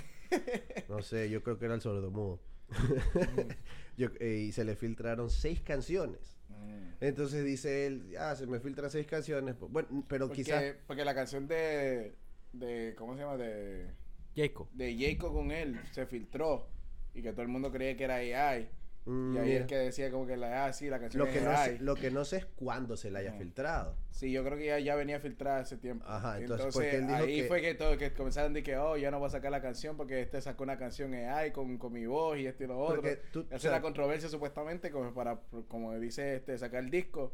[SPEAKER 4] No sé, yo creo que era el sordomudo.
[SPEAKER 1] Mm.
[SPEAKER 4] <laughs> Yo- eh, y se le filtraron seis canciones.
[SPEAKER 1] Ujú.
[SPEAKER 4] Entonces dice él, ah, se me filtran seis canciones. pues, Bueno, pero
[SPEAKER 1] Porque,
[SPEAKER 4] quizás...
[SPEAKER 1] porque la canción de, de. ¿Cómo se llama? De.
[SPEAKER 3] Jacob.
[SPEAKER 1] De Jacob con él se filtró. Y que todo el mundo creía que era AI.
[SPEAKER 4] mm,
[SPEAKER 1] Y ahí
[SPEAKER 4] mira,
[SPEAKER 1] es que decía como que la ah, sí, la canción
[SPEAKER 4] lo,
[SPEAKER 1] es
[SPEAKER 4] que no
[SPEAKER 1] AI.
[SPEAKER 4] sé, lo que no sé es cuándo se la haya
[SPEAKER 1] Ajá.
[SPEAKER 4] filtrado.
[SPEAKER 1] Sí, yo creo que ya, ya venía filtrada hace tiempo.
[SPEAKER 4] Ajá, entonces,
[SPEAKER 1] entonces,
[SPEAKER 4] porque él dijo
[SPEAKER 1] ahí
[SPEAKER 4] que-
[SPEAKER 1] fue que todo, que comenzaron de que, oh, ya no voy a sacar la canción porque este sacó una canción AI con, con mi voz y este y lo otro.
[SPEAKER 4] Porque tú-
[SPEAKER 1] Hace
[SPEAKER 4] o sea-
[SPEAKER 1] la controversia supuestamente como para, como dice este, sacar el disco.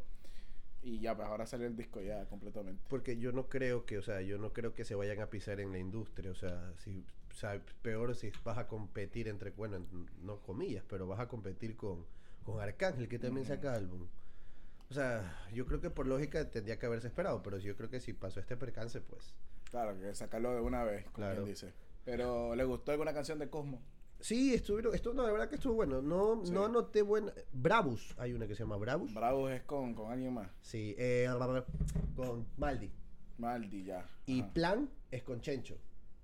[SPEAKER 1] Y ya, pues ahora salió el disco ya completamente.
[SPEAKER 4] Porque yo no creo que, o sea, yo no creo que se vayan a pisar en la industria, o sea, si, o sea, peor si vas a competir entre, bueno, en- no comillas, pero vas a competir con, con Arcángel, que también saca álbum. O sea, yo creo que por lógica tendría que haberse esperado, pero yo creo que si pasó este percance, pues.
[SPEAKER 1] Claro, que sacarlo de una vez, como
[SPEAKER 4] Claro.
[SPEAKER 1] quien dice. Pero, ¿le gustó alguna canción de Cosmo?
[SPEAKER 4] Sí, estuvieron, esto no, de verdad que estuvo bueno. No,
[SPEAKER 1] Sí.
[SPEAKER 4] no noté buena. Bravus, hay una que se llama Bravus.
[SPEAKER 1] Bravos es con, con alguien más.
[SPEAKER 4] sí, eh, con Maldi.
[SPEAKER 1] Maldi ya.
[SPEAKER 4] Y
[SPEAKER 1] Ajá.
[SPEAKER 4] Plan es con Chencho.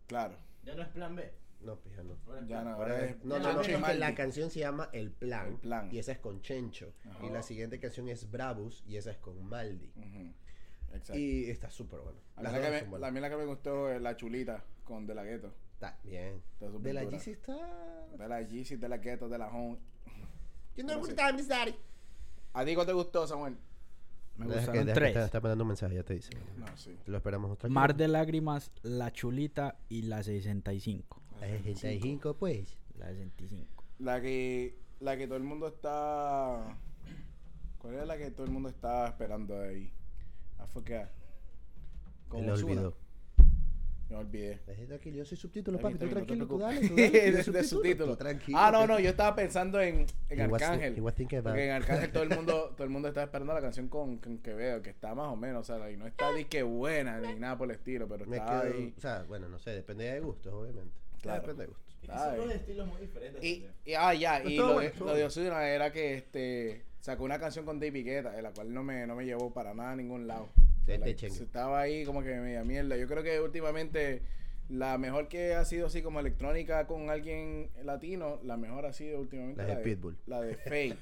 [SPEAKER 1] Claro.
[SPEAKER 2] Ya no es plan B.
[SPEAKER 4] No, pija, no.
[SPEAKER 1] Ya no,
[SPEAKER 4] Ahora
[SPEAKER 1] ahora
[SPEAKER 4] es-
[SPEAKER 1] es
[SPEAKER 4] no, no,
[SPEAKER 1] Chancho
[SPEAKER 4] no,
[SPEAKER 1] y
[SPEAKER 4] porque
[SPEAKER 1] Maldi.
[SPEAKER 4] la canción se llama El Plan,
[SPEAKER 1] El Plan.
[SPEAKER 4] y esa es con Chencho.
[SPEAKER 1] Ajá.
[SPEAKER 4] Y la siguiente canción es Bravus y esa es con Maldi.
[SPEAKER 1] Ujú. Exacto.
[SPEAKER 4] Y está súper bueno.
[SPEAKER 1] A mí,
[SPEAKER 4] Las
[SPEAKER 1] la
[SPEAKER 4] dos
[SPEAKER 1] que
[SPEAKER 4] son
[SPEAKER 1] me,
[SPEAKER 4] buenas.
[SPEAKER 1] la, a mí la que me gustó es la chulita con De La Ghetto.
[SPEAKER 4] Está bien.
[SPEAKER 1] Está súper
[SPEAKER 4] De la
[SPEAKER 1] dura.
[SPEAKER 4] GC está...
[SPEAKER 1] De la Yeezy, De La Ghetto, De La Home.
[SPEAKER 4] Yo
[SPEAKER 1] no
[SPEAKER 4] no
[SPEAKER 1] sé.
[SPEAKER 4] gustaba mis daddy.
[SPEAKER 1] ¿A ti cuál te gustó, Samuel?
[SPEAKER 3] Me
[SPEAKER 4] Deja
[SPEAKER 3] gustaron
[SPEAKER 4] deja
[SPEAKER 3] tres.
[SPEAKER 4] Está, está mandando un mensaje, ya te dice.
[SPEAKER 1] No, sí.
[SPEAKER 4] Lo esperamos otra
[SPEAKER 3] Mar de Lágrimas, La Chulita y La 65.
[SPEAKER 4] La 65, pues.
[SPEAKER 3] La 65.
[SPEAKER 2] <laughs>
[SPEAKER 1] La que, la que todo el mundo está... ¿Cuál era la que todo el mundo estaba esperando ahí? Ah, fue que...
[SPEAKER 4] Él la olvidó.
[SPEAKER 1] Me olvidé.
[SPEAKER 4] Está aquí, yo soy subtítulo,
[SPEAKER 1] Ahí
[SPEAKER 4] papi. Tú
[SPEAKER 1] está, no te
[SPEAKER 4] tranquilo, tú
[SPEAKER 1] preocupes.
[SPEAKER 4] dale, tú
[SPEAKER 1] <laughs> de,
[SPEAKER 4] dale. yo
[SPEAKER 1] de
[SPEAKER 4] subtítulo,
[SPEAKER 1] subtítulo.
[SPEAKER 4] tú tranquilo.
[SPEAKER 1] Ah, no,
[SPEAKER 4] que-
[SPEAKER 1] no, yo estaba pensando en, en
[SPEAKER 4] He was-
[SPEAKER 1] Arcángel.
[SPEAKER 4] he was thinking about-
[SPEAKER 1] Porque en Arcángel
[SPEAKER 4] <laughs>
[SPEAKER 1] todo el mundo, todo el mundo estaba esperando la canción con, con Quevedo, que está más o menos, o sea, y no está ni que buena ni nada por el estilo, pero
[SPEAKER 4] Me
[SPEAKER 1] está
[SPEAKER 4] quedo...
[SPEAKER 1] ahí.
[SPEAKER 4] O sea, bueno, no sé, depende de gustos, obviamente.
[SPEAKER 1] Claro.
[SPEAKER 4] Depende de gustos.
[SPEAKER 2] Es que
[SPEAKER 1] Ay.
[SPEAKER 2] son dos estilos muy diferentes.
[SPEAKER 1] Y,
[SPEAKER 2] también.
[SPEAKER 1] y- ah, ya,
[SPEAKER 4] Pero
[SPEAKER 1] y
[SPEAKER 4] estuvo
[SPEAKER 1] lo,
[SPEAKER 4] bueno,
[SPEAKER 1] de-
[SPEAKER 4] estuvo
[SPEAKER 1] lo de
[SPEAKER 4] bueno.
[SPEAKER 1] Osuna era que este sacó una canción con David Guetta, de la cual no me, no me llevó para nada a ningún lado. O sea,
[SPEAKER 2] Este
[SPEAKER 4] Te-
[SPEAKER 1] la-
[SPEAKER 4] te chengue.
[SPEAKER 1] se estaba ahí como que media mierda. Yo creo que últimamente la mejor que ha sido así como electrónica con alguien latino, la mejor ha sido últimamente
[SPEAKER 4] La de Pitbull.
[SPEAKER 1] La de Faye.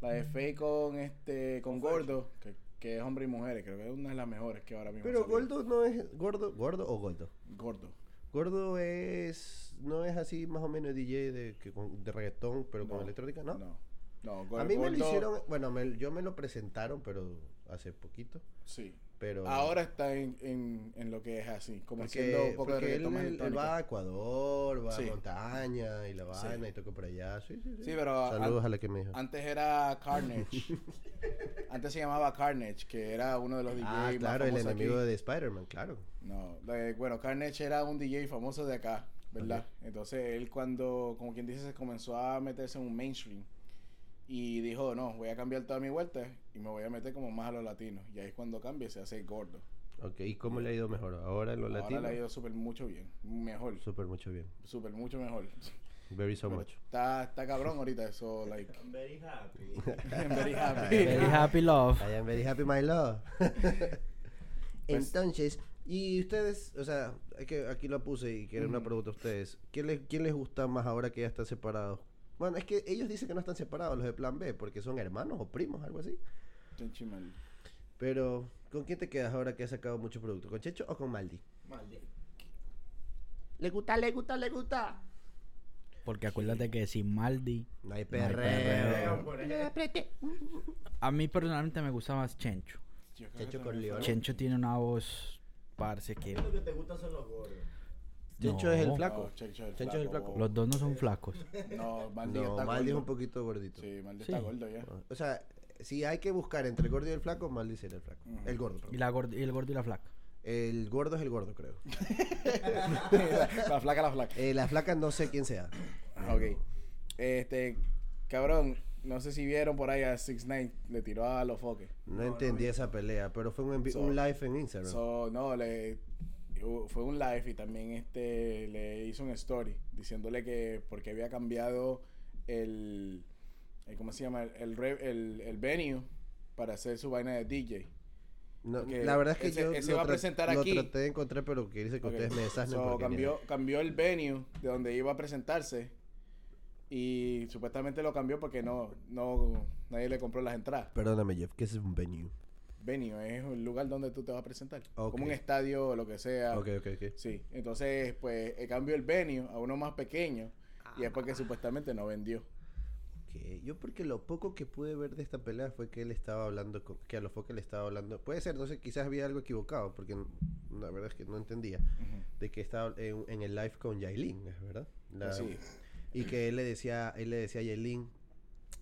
[SPEAKER 1] la
[SPEAKER 4] <laughs>
[SPEAKER 1] de Faye con este con Gordo, que, que es hombre y mujeres, creo que es una de las mejores que ahora mismo. ha
[SPEAKER 4] Pero
[SPEAKER 1] salido.
[SPEAKER 4] gordo no es gordo, gordo o gordo.
[SPEAKER 1] Gordo.
[SPEAKER 4] Gordo es no es así más o menos DJ de que con- de reggaetón, pero con
[SPEAKER 1] No,
[SPEAKER 4] electrónica, ¿no?
[SPEAKER 1] No. No,
[SPEAKER 4] a mí me lo
[SPEAKER 1] Gordo-
[SPEAKER 4] hicieron, bueno, me- yo me lo presentaron, pero hace poquito,
[SPEAKER 1] Sí.
[SPEAKER 4] pero
[SPEAKER 1] Ahora está en, en, en lo que es así, como haciendo
[SPEAKER 4] porque,
[SPEAKER 1] un poco de
[SPEAKER 4] porque él,
[SPEAKER 1] reggaetón más
[SPEAKER 4] él- él
[SPEAKER 1] electrónico.
[SPEAKER 4] va a Ecuador, va
[SPEAKER 1] Sí.
[SPEAKER 4] a montaña y la vaina y toca por allá, sí, sí, sí.
[SPEAKER 1] Sí, pero a-
[SPEAKER 4] Saludos a la que me dijo.
[SPEAKER 1] antes era
[SPEAKER 4] <laughs>
[SPEAKER 1] Carnage. antes se llamaba Carnage, que era uno de los DJs
[SPEAKER 4] Ah,
[SPEAKER 1] más
[SPEAKER 4] claro, el
[SPEAKER 1] famosos aquí.
[SPEAKER 4] enemigo de Spider-Man, claro.
[SPEAKER 1] No, de- bueno, Carnage era un DJ famoso de acá, ¿verdad? Entonces él cuando, como quien dice, se comenzó a meterse en un mainstream y dijo, no, voy a cambiar toda mi vuelta y me voy a meter como más a los latinos. Y ahí es cuando cambia, se hace gordo.
[SPEAKER 4] Ok, ¿y cómo le ha ido mejor? Ahora en lo
[SPEAKER 1] Ahora
[SPEAKER 4] latino.
[SPEAKER 1] le ha ido súper mucho bien, mejor,
[SPEAKER 4] Súper mucho bien.
[SPEAKER 1] súper mucho mejor.
[SPEAKER 4] Very so
[SPEAKER 1] Pero
[SPEAKER 4] much.
[SPEAKER 1] Está, está cabrón ahorita eso, like,
[SPEAKER 2] I'm <laughs> very happy.
[SPEAKER 1] <laughs> very happy.
[SPEAKER 3] Very Happy Love.
[SPEAKER 4] I am very happy, my love. Entonces, y ustedes, o sea, es que aquí lo puse y que era una pregunta a ustedes. ¿Quién les, quién les gusta más ahora que ya están separados? Bueno, es que ellos dicen que no están separados, los de plan B, porque son hermanos o primos, algo así.
[SPEAKER 1] Chinchi mal.
[SPEAKER 4] Pero, ¿con quién te quedas ahora que has sacado mucho producto? ¿Con Checho o con Maldi?
[SPEAKER 2] Maldito.
[SPEAKER 4] Le gusta, le gusta, le gusta.
[SPEAKER 3] Porque acuérdate que sin Maldi.
[SPEAKER 4] No hay
[SPEAKER 3] perreo.
[SPEAKER 4] perreo.
[SPEAKER 5] Le apreté.
[SPEAKER 3] A mí personalmente me gusta más Chencho.
[SPEAKER 1] Yo creo que
[SPEAKER 4] Checho
[SPEAKER 1] también
[SPEAKER 4] Corleone.
[SPEAKER 1] fue-
[SPEAKER 3] Chencho tiene una voz, parce, que.
[SPEAKER 2] Lo que te gusta son los gordos.
[SPEAKER 4] Chencho es el
[SPEAKER 3] No.
[SPEAKER 4] flaco.
[SPEAKER 1] No, Chencho es el
[SPEAKER 4] Chencho es el
[SPEAKER 1] flaco.
[SPEAKER 3] Los dos no son <laughs> flacos.
[SPEAKER 1] No, Maldi
[SPEAKER 4] <laughs> No,
[SPEAKER 1] está
[SPEAKER 4] Maldi es un
[SPEAKER 1] gordo.
[SPEAKER 4] poquito gordito.
[SPEAKER 1] Sí, Maldi
[SPEAKER 3] Sí.
[SPEAKER 1] está gordo ya.
[SPEAKER 4] O sea, si hay que buscar entre el gordo y el flaco, Maldi sería el flaco.
[SPEAKER 1] Ujú.
[SPEAKER 4] El gordo.
[SPEAKER 3] Y,
[SPEAKER 4] perdón.
[SPEAKER 3] la gord- y el gordo y la flaca.
[SPEAKER 4] El gordo es el gordo, creo.
[SPEAKER 1] la, la flaca, la flaca.
[SPEAKER 4] Eh, <laughs> la flaca no sé quién sea.
[SPEAKER 1] <laughs> Ok. Este, cabrón, no sé si vieron por ahí a Six Nine le tiró a los foques.
[SPEAKER 4] No, entendí esa pelea, pero fue un, envi-
[SPEAKER 1] So-
[SPEAKER 4] un live en Instagram.
[SPEAKER 1] So, no, le hu- fue un live y también este le hizo un story diciéndole que porque había cambiado el, el- ¿cómo se llama? El, re- el, el venue para hacer su vaina de DJ.
[SPEAKER 4] No,
[SPEAKER 1] porque
[SPEAKER 4] la verdad es que
[SPEAKER 1] ese-
[SPEAKER 4] yo
[SPEAKER 1] ese
[SPEAKER 4] lo
[SPEAKER 1] va a
[SPEAKER 4] tra-
[SPEAKER 1] presentar
[SPEAKER 4] lo
[SPEAKER 1] aquí.
[SPEAKER 4] traté de encontrar, pero que dice que
[SPEAKER 1] Ok.
[SPEAKER 4] ustedes me desasnen
[SPEAKER 1] So,
[SPEAKER 4] porque ni-
[SPEAKER 1] cambió, cambió el venue de donde iba a presentarse y supuestamente lo cambió porque no, no nadie le compró las entradas.
[SPEAKER 4] Perdóname, Jeff, ¿qué es un venue?
[SPEAKER 1] Venue es el lugar donde tú te vas a presentar,
[SPEAKER 4] Ok.
[SPEAKER 1] como un estadio o lo que sea.
[SPEAKER 4] Ok, ok, ok.
[SPEAKER 1] Sí, entonces pues eh, cambió el venue a uno más pequeño y es
[SPEAKER 4] Ah.
[SPEAKER 1] porque supuestamente no vendió.
[SPEAKER 4] Ok, Yo porque lo poco que pude ver de esta pelea fue que él estaba hablando, con- que a los foques le estaba hablando. Puede ser, no sé, quizás había algo equivocado, porque n- la verdad es que no entendía. De que estaba en, en el live con Yailin, ¿es ¿verdad? La-
[SPEAKER 1] Sí.
[SPEAKER 4] Y que él le decía, él le decía a Yailin,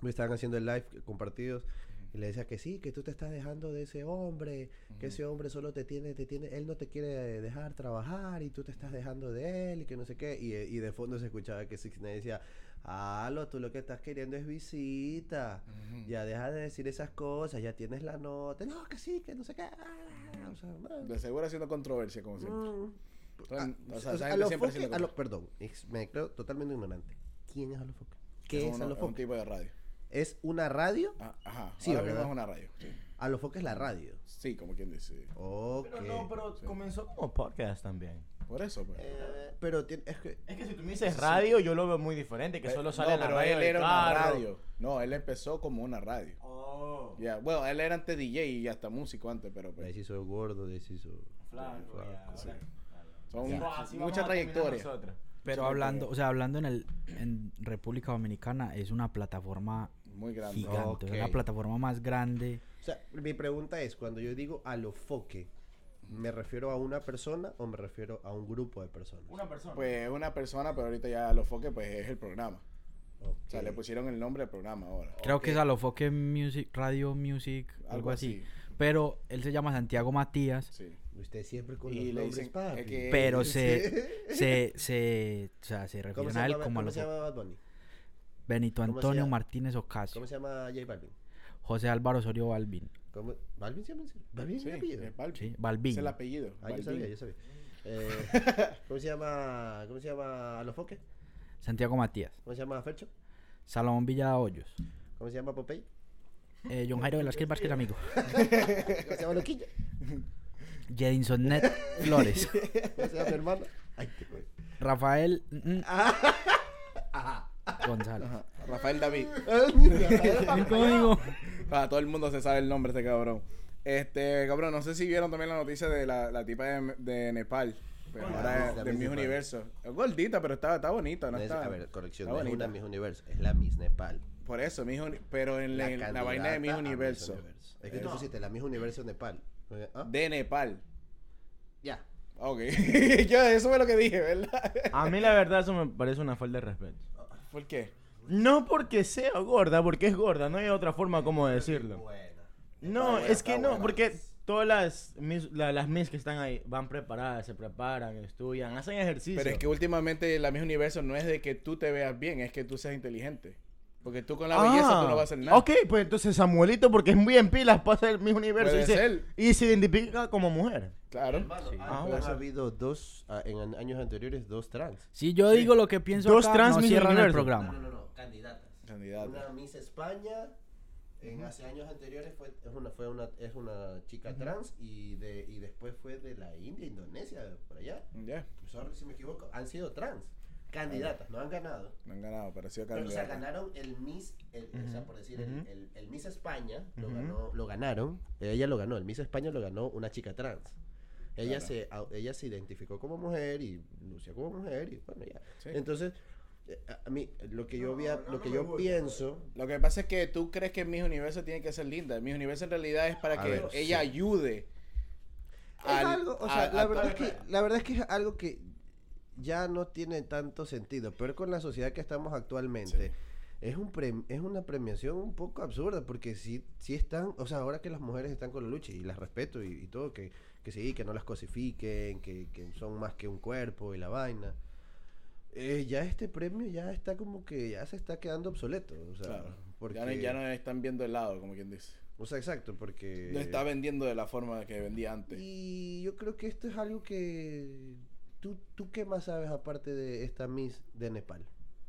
[SPEAKER 4] me estaban haciendo el live compartidos, y le decía que sí, que tú te estás dejando de ese hombre, que ese hombre solo te tiene, te tiene, él no te quiere dejar trabajar y tú te estás dejando de él y que no sé qué. Y, y de fondo se escuchaba que Six Nine decía, Aló, tú lo que estás queriendo es visita. Ya deja de decir esas cosas, ya tienes la nota. No, que sí, que no sé qué. Ah, o sea, no.
[SPEAKER 1] De seguro haciendo controversia, como siempre.
[SPEAKER 4] Mm.
[SPEAKER 1] Entonces,
[SPEAKER 4] Ah,
[SPEAKER 1] o sea,
[SPEAKER 4] o
[SPEAKER 1] esa
[SPEAKER 4] sea, a
[SPEAKER 1] gente
[SPEAKER 4] los
[SPEAKER 1] siempre
[SPEAKER 4] Foque-
[SPEAKER 1] haciendo
[SPEAKER 4] a los-
[SPEAKER 1] controversia.
[SPEAKER 4] perdón, ex- me creo totalmente ignorante. ¿Quién es Alofoque? ¿Qué es,
[SPEAKER 1] uno- un
[SPEAKER 4] Alofoque?
[SPEAKER 1] tipo de radio.
[SPEAKER 4] ¿Es una radio?
[SPEAKER 1] Ah, ajá.
[SPEAKER 4] Sí,
[SPEAKER 1] Ahora mismo
[SPEAKER 4] ¿verdad?
[SPEAKER 1] es una radio. Sí.
[SPEAKER 4] Alofoque es la radio.
[SPEAKER 1] Sí, como quien dice.
[SPEAKER 4] Ok.
[SPEAKER 2] Pero no, pero comenzó como podcast también.
[SPEAKER 1] Por eso, pues.
[SPEAKER 4] Eh, pero tiene- es que...
[SPEAKER 2] Es que si tú me dices radio, yo lo veo muy diferente, que
[SPEAKER 1] Eh,
[SPEAKER 2] solo
[SPEAKER 1] no,
[SPEAKER 2] sale en la
[SPEAKER 1] pero
[SPEAKER 2] radio.
[SPEAKER 1] él
[SPEAKER 2] del
[SPEAKER 1] era una
[SPEAKER 2] carro.
[SPEAKER 1] radio. No, él empezó como una radio.
[SPEAKER 2] Oh,
[SPEAKER 1] Ya, bueno, él era antes DJ y hasta músico antes, pero
[SPEAKER 4] De ahí
[SPEAKER 1] pues,
[SPEAKER 4] se hizo gordo, de ahí se hizo...
[SPEAKER 2] flaco, ya,
[SPEAKER 4] flaco,
[SPEAKER 2] ahora-
[SPEAKER 1] son
[SPEAKER 2] Así Ah, vamos
[SPEAKER 1] mucha
[SPEAKER 2] a terminar
[SPEAKER 1] trayectoria.
[SPEAKER 2] nosotros.
[SPEAKER 3] Pero
[SPEAKER 1] Sí,
[SPEAKER 3] hablando,
[SPEAKER 1] pero-
[SPEAKER 3] o sea, hablando en el en República Dominicana es una plataforma
[SPEAKER 1] Muy grande.
[SPEAKER 3] gigante, es
[SPEAKER 4] Ok.
[SPEAKER 3] la plataforma más grande.
[SPEAKER 4] O sea, mi pregunta es, cuando yo digo Alofoque, ¿me refiero a una persona o me refiero a un grupo de personas?
[SPEAKER 2] Una persona.
[SPEAKER 1] Pues una persona, pero ahorita ya lo foque, pues es el programa.
[SPEAKER 4] Ok.
[SPEAKER 1] O sea, le pusieron el nombre al programa ahora.
[SPEAKER 3] Creo que es Alofoque Music, Radio Music, algo,
[SPEAKER 1] Algo
[SPEAKER 3] así.
[SPEAKER 1] así.
[SPEAKER 3] Pero él se llama Santiago Matías,
[SPEAKER 1] Sí.
[SPEAKER 4] Usted siempre con
[SPEAKER 1] Y
[SPEAKER 4] los
[SPEAKER 1] le
[SPEAKER 4] nombres,
[SPEAKER 1] dicen,
[SPEAKER 4] papi.
[SPEAKER 1] es que-
[SPEAKER 4] <laughs>
[SPEAKER 3] pero
[SPEAKER 1] Sí.
[SPEAKER 3] se, se, se, o sea, se
[SPEAKER 4] ¿Cómo
[SPEAKER 3] refieren
[SPEAKER 4] se
[SPEAKER 3] a él
[SPEAKER 4] llama-
[SPEAKER 3] como
[SPEAKER 4] cómo se
[SPEAKER 3] Alofoque.
[SPEAKER 4] llama Bad Bunny?
[SPEAKER 3] Benito
[SPEAKER 4] cómo se
[SPEAKER 3] Antonio
[SPEAKER 4] llama?
[SPEAKER 3] Martínez
[SPEAKER 4] ¿Cómo
[SPEAKER 3] Ocasio,
[SPEAKER 4] se llama J Balvin?
[SPEAKER 3] José Álvaro Osorio Balvin,
[SPEAKER 4] ¿Cómo? ¿Balvin se llama? en serio? ¿Balvin es
[SPEAKER 1] Sí, eh,
[SPEAKER 4] el apellido?
[SPEAKER 1] es Balvin.
[SPEAKER 3] ¿sí?
[SPEAKER 1] Es
[SPEAKER 3] Balvin.
[SPEAKER 1] el apellido.
[SPEAKER 4] Ah, yo
[SPEAKER 1] Balvin.
[SPEAKER 4] sabía, yo sabía. Eh, ¿Cómo se llama? ¿Cómo se llama Alofoque?
[SPEAKER 3] Santiago Matías,
[SPEAKER 4] ¿Cómo se llama Fercho?
[SPEAKER 3] Salomón Villa Hoyos,
[SPEAKER 4] ¿Cómo se llama Popey?
[SPEAKER 3] eh, John Jairo Velázquez Vázquez,
[SPEAKER 4] <laughs>
[SPEAKER 3] amigo,
[SPEAKER 4] ¿Cómo se llama Loquillo?
[SPEAKER 3] Jedinson Net Flores,
[SPEAKER 4] ¿Cómo se llama mi hermano? Ay, qué coño.
[SPEAKER 3] Rafael
[SPEAKER 4] <laughs>
[SPEAKER 3] mm, mm,
[SPEAKER 4] Ah.
[SPEAKER 3] González.
[SPEAKER 1] Ajá. Rafael David.
[SPEAKER 4] <laughs>
[SPEAKER 3] Código.
[SPEAKER 1] Ah, todo el mundo se sabe el nombre de este cabrón. Este, cabrón, no sé si vieron también la noticia de la, la tipa de, de Nepal. Pero
[SPEAKER 4] Hola.
[SPEAKER 1] ahora
[SPEAKER 4] Ah, la
[SPEAKER 1] de
[SPEAKER 4] Miss
[SPEAKER 1] Miss
[SPEAKER 4] Nepal.
[SPEAKER 1] Universo. Es gordita, pero está, está bonita, ¿no?
[SPEAKER 4] No es-
[SPEAKER 1] está,
[SPEAKER 4] a ver, corrección,
[SPEAKER 1] está
[SPEAKER 4] no es
[SPEAKER 1] bonita.
[SPEAKER 4] una Miss Universo, es la Miss Nepal.
[SPEAKER 1] Por eso, Miss Uni- pero en la, en la vaina de Miss
[SPEAKER 4] candidata a
[SPEAKER 1] Universo.
[SPEAKER 4] Universo. Es que tú pusiste la Miss Universo Nepal. ¿Ah?
[SPEAKER 1] De Nepal.
[SPEAKER 4] Ya.
[SPEAKER 1] Ok. <laughs> Yo, eso fue lo que dije, ¿verdad? <laughs>
[SPEAKER 2] A mí la verdad eso me parece una falta de respeto.
[SPEAKER 1] ¿Por qué?
[SPEAKER 2] No porque sea gorda, porque es gorda, no hay otra forma como decirlo.
[SPEAKER 4] Bueno.
[SPEAKER 2] No,
[SPEAKER 1] buena,
[SPEAKER 2] es
[SPEAKER 1] está
[SPEAKER 2] que no,
[SPEAKER 1] buena.
[SPEAKER 2] porque todas las mis, la- las mis que están ahí van preparadas, se preparan, estudian, hacen ejercicio.
[SPEAKER 1] Pero es que últimamente la Miss Universo no es de que tú te veas bien, es que tú seas inteligente. Porque tú con la belleza tú
[SPEAKER 4] Ah,
[SPEAKER 1] no vas a hacer nada.
[SPEAKER 2] Ah, Ok, pues entonces Samuelito, porque es muy en pilas, pasa el mismo universo
[SPEAKER 1] Puede
[SPEAKER 2] y se,
[SPEAKER 1] ser.
[SPEAKER 2] y se identifica como mujer.
[SPEAKER 1] Claro.
[SPEAKER 4] Ah,
[SPEAKER 2] bueno.
[SPEAKER 4] ha habido dos, ah, en an- años anteriores, dos trans.
[SPEAKER 3] Si yo digo lo que pienso
[SPEAKER 2] Dos
[SPEAKER 3] acá,
[SPEAKER 2] trans
[SPEAKER 3] no
[SPEAKER 2] Miss
[SPEAKER 3] cierran el
[SPEAKER 2] Universo.
[SPEAKER 3] programa.
[SPEAKER 4] no, no, candidatas.
[SPEAKER 1] Candidato.
[SPEAKER 4] Una Miss España, en hace años anteriores fue, es una, fue una, es una chica trans y, de, y después fue de la India, Indonesia, por allá.
[SPEAKER 1] Ya.
[SPEAKER 4] Sorry si me equivoco, han sido trans. Candidatas, no han ganado.
[SPEAKER 1] No han ganado, pero ha sido
[SPEAKER 4] Pero, o sea,
[SPEAKER 1] candidato.
[SPEAKER 4] ganaron el Miss, el- o sea, por decir, el-
[SPEAKER 2] ujú.
[SPEAKER 4] el, el Miss España, lo, ganó, lo ganaron, ella lo ganó, el Miss España lo ganó una chica trans. Ella,
[SPEAKER 1] Claro.
[SPEAKER 4] se, au- ella se identificó como mujer y lucía como mujer y bueno, ya.
[SPEAKER 1] Sí.
[SPEAKER 4] Entonces, eh, a- a mí, lo que yo,
[SPEAKER 6] No,
[SPEAKER 4] via-
[SPEAKER 6] no,
[SPEAKER 4] lo
[SPEAKER 6] no
[SPEAKER 4] que
[SPEAKER 6] me
[SPEAKER 4] yo
[SPEAKER 6] gusta. eh.
[SPEAKER 4] pienso,
[SPEAKER 1] Lo que pasa es que tú crees que Miss Universo tiene que ser linda. Miss Universo en realidad es para
[SPEAKER 4] A
[SPEAKER 1] que
[SPEAKER 4] ver,
[SPEAKER 1] ella
[SPEAKER 4] sí.
[SPEAKER 1] ayude. al-
[SPEAKER 4] es algo, o sea,
[SPEAKER 1] a-
[SPEAKER 4] la,
[SPEAKER 1] a-
[SPEAKER 4] verdad es que, la verdad es que es algo que ya no tiene tanto sentido, pero con la sociedad que estamos actualmente.
[SPEAKER 1] Sí.
[SPEAKER 4] Es, un prem- es una premiación un poco absurda porque si, si están, o sea, ahora que las mujeres están con la lucha y las respeto y, y todo, que, que sí, que no las cosifiquen, que, que son más que un cuerpo y la vaina, eh, ya este premio ya está como que ya se está quedando obsoleto. O sea,
[SPEAKER 1] Claro.
[SPEAKER 4] porque,
[SPEAKER 1] Ya, no, ya no están viendo el lado, como quien dice.
[SPEAKER 4] O sea, exacto, porque...
[SPEAKER 1] No está vendiendo de la forma que vendía antes.
[SPEAKER 4] Eh, Y yo creo que esto es algo que... ¿Tú, ¿Tú qué más sabes aparte de esta Miss de Nepal?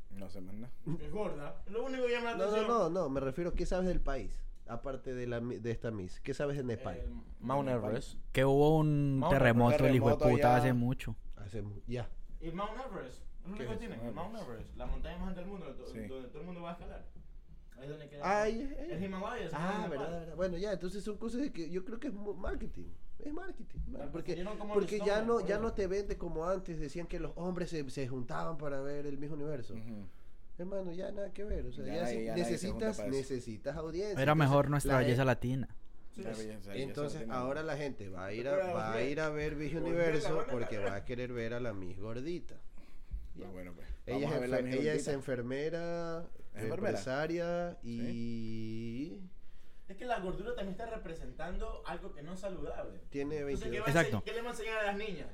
[SPEAKER 1] No sé más nada.
[SPEAKER 6] Es gorda. Lo único que
[SPEAKER 1] Ah,
[SPEAKER 6] llama la
[SPEAKER 4] No, no,
[SPEAKER 6] atención.
[SPEAKER 4] no, no, me refiero, ¿qué sabes del país? Aparte de, la, mi- de esta Miss, ¿qué sabes de Nepal?
[SPEAKER 6] El-
[SPEAKER 2] Mount
[SPEAKER 4] pues.
[SPEAKER 2] Everest.
[SPEAKER 3] Que hubo un
[SPEAKER 2] Vamos,
[SPEAKER 3] terremoto, el hijo de
[SPEAKER 1] terremoto
[SPEAKER 3] puta,
[SPEAKER 1] allá.
[SPEAKER 3] hace mucho.
[SPEAKER 4] Hace mu- ya.
[SPEAKER 6] el Mount Everest. Es lo
[SPEAKER 1] ¿Qué
[SPEAKER 6] único que
[SPEAKER 1] es
[SPEAKER 6] tienen.
[SPEAKER 1] Mount
[SPEAKER 6] El Mount Everest. La montaña más alta del mundo. do-
[SPEAKER 1] Sí.
[SPEAKER 6] Donde todo el mundo va a escalar. Ahí es donde queda.
[SPEAKER 4] Ay, ay,
[SPEAKER 6] El Himalaya. se queda en
[SPEAKER 4] Ah,
[SPEAKER 6] Nepal.
[SPEAKER 4] verdad, verdad. Bueno, ya, entonces son cosas de que yo creo que es mu- marketing. Es
[SPEAKER 1] Ah,
[SPEAKER 4] marketing. ¿no?
[SPEAKER 1] pues
[SPEAKER 6] Claro,
[SPEAKER 4] Porque,
[SPEAKER 6] salieron como
[SPEAKER 4] porque
[SPEAKER 6] los
[SPEAKER 4] ya
[SPEAKER 6] zombies,
[SPEAKER 4] no
[SPEAKER 6] por
[SPEAKER 4] ya
[SPEAKER 6] eso.
[SPEAKER 4] no te vende como antes. Decían que los hombres se, se juntaban para ver el mismo universo.
[SPEAKER 1] Ujú.
[SPEAKER 4] Hermano, ya nada que ver. O sea,
[SPEAKER 1] Ya
[SPEAKER 4] ya,
[SPEAKER 1] nadie-
[SPEAKER 4] si-
[SPEAKER 1] ya nadie se junta
[SPEAKER 4] necesitas,
[SPEAKER 1] para eso.
[SPEAKER 4] necesitas audiencia.
[SPEAKER 3] Era
[SPEAKER 4] Entonces,
[SPEAKER 3] mejor nuestra
[SPEAKER 4] la
[SPEAKER 3] belleza
[SPEAKER 4] gen-
[SPEAKER 3] latina.
[SPEAKER 6] Sí.
[SPEAKER 1] Ya, ya, ya, ya
[SPEAKER 4] Entonces,
[SPEAKER 1] tiene-
[SPEAKER 4] ahora la gente va a ir a,
[SPEAKER 6] Pero,
[SPEAKER 4] va a,
[SPEAKER 6] hombre,
[SPEAKER 4] ir a ver Miss
[SPEAKER 6] volvió la
[SPEAKER 4] Universo
[SPEAKER 6] buena
[SPEAKER 4] porque va
[SPEAKER 6] carrera.
[SPEAKER 4] a querer ver a la Miss Gordita.
[SPEAKER 1] Pues bueno, pues.
[SPEAKER 4] Ella,
[SPEAKER 1] Vamos
[SPEAKER 4] es,
[SPEAKER 1] a ver la
[SPEAKER 4] enfer-
[SPEAKER 1] Miss
[SPEAKER 4] ella es
[SPEAKER 1] Gordita.
[SPEAKER 4] enfermera,
[SPEAKER 1] ¿Es enfermera?
[SPEAKER 4] empresaria y
[SPEAKER 6] Es que la gordura también está representando algo que no es saludable.
[SPEAKER 4] tiene
[SPEAKER 6] Entonces,
[SPEAKER 4] 22.
[SPEAKER 6] ¿qué, va a ense-
[SPEAKER 3] Exacto.
[SPEAKER 6] ¿Qué le va a enseñar a las niñas?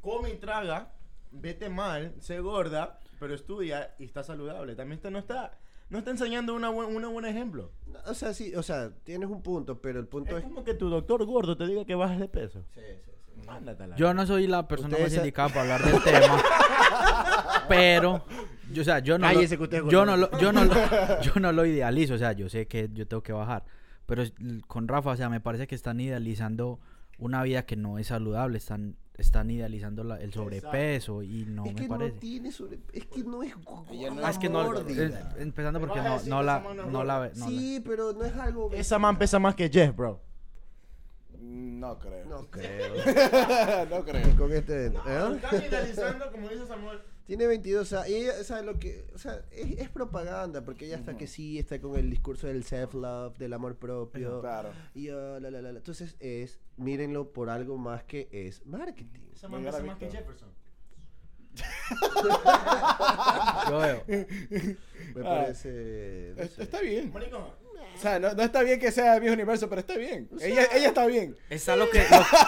[SPEAKER 6] Come y traga, vete mal, sé gorda, pero estudia y está saludable. También está, no está, no está enseñando una buen, un buen ejemplo.
[SPEAKER 4] No, O sea, sí, o sea, tienes un punto, pero el punto
[SPEAKER 6] Es
[SPEAKER 4] es...
[SPEAKER 6] como que tu doctor gordo te diga que bajas de peso.
[SPEAKER 4] Sí, sí, sí.
[SPEAKER 6] Mándatela.
[SPEAKER 3] Yo no soy la persona
[SPEAKER 4] Ustedes
[SPEAKER 3] más
[SPEAKER 4] sa-
[SPEAKER 3] indicada para hablar del
[SPEAKER 4] <laughs>
[SPEAKER 3] tema. pero, yo, o sea, yo no, lo,
[SPEAKER 4] Cállese que usted es
[SPEAKER 3] yo, no
[SPEAKER 4] gordito.
[SPEAKER 3] lo, yo, no
[SPEAKER 4] <laughs>
[SPEAKER 3] lo, yo no lo idealizo. O sea, yo sé que yo tengo que bajar. Pero es- con Rafa, o sea, me parece que están idealizando una vida que no es saludable. Están, están idealizando la- el sobrepeso y no
[SPEAKER 4] es
[SPEAKER 3] me
[SPEAKER 4] que
[SPEAKER 3] parece.
[SPEAKER 4] no tiene sobre... Es que no es... gu-
[SPEAKER 1] Ella no
[SPEAKER 3] Ah, es que no,
[SPEAKER 4] gordita.
[SPEAKER 3] eh, empezando porque
[SPEAKER 6] Vas a
[SPEAKER 3] no,
[SPEAKER 6] decir
[SPEAKER 3] no
[SPEAKER 6] que
[SPEAKER 3] la,
[SPEAKER 6] somos una
[SPEAKER 3] no la, ve- no la-
[SPEAKER 4] Sí, pero no es algo...
[SPEAKER 6] Esa man pesa más que Jeff, bro.
[SPEAKER 1] No creo. <laughs> No,
[SPEAKER 4] No creo. <laughs>
[SPEAKER 1] creo.
[SPEAKER 4] Con este... ¿eh?
[SPEAKER 6] finalizando, como dice Samuel.
[SPEAKER 4] Tiene 22 años. Y ella, o sea, lo que, o sea es, es propaganda, porque ella está que sí, está con el discurso del self-love, del amor propio.
[SPEAKER 1] Claro.
[SPEAKER 4] Y oh, la, la, la, la. Entonces es, mírenlo por algo más que es marketing.
[SPEAKER 6] Esa
[SPEAKER 1] man
[SPEAKER 6] man
[SPEAKER 1] Yo la
[SPEAKER 6] pesa
[SPEAKER 1] pesa
[SPEAKER 6] más
[SPEAKER 1] más vi
[SPEAKER 6] que
[SPEAKER 1] que toda.
[SPEAKER 6] Jefferson.
[SPEAKER 3] yo veo.
[SPEAKER 4] Me
[SPEAKER 1] Ah.
[SPEAKER 4] parece... no
[SPEAKER 1] Está,
[SPEAKER 4] sé.
[SPEAKER 1] está bien.
[SPEAKER 6] Marico,
[SPEAKER 1] O sea, no, no está bien que sea viejo universo, pero está bien. ella, ella está bien.
[SPEAKER 3] Está lo que,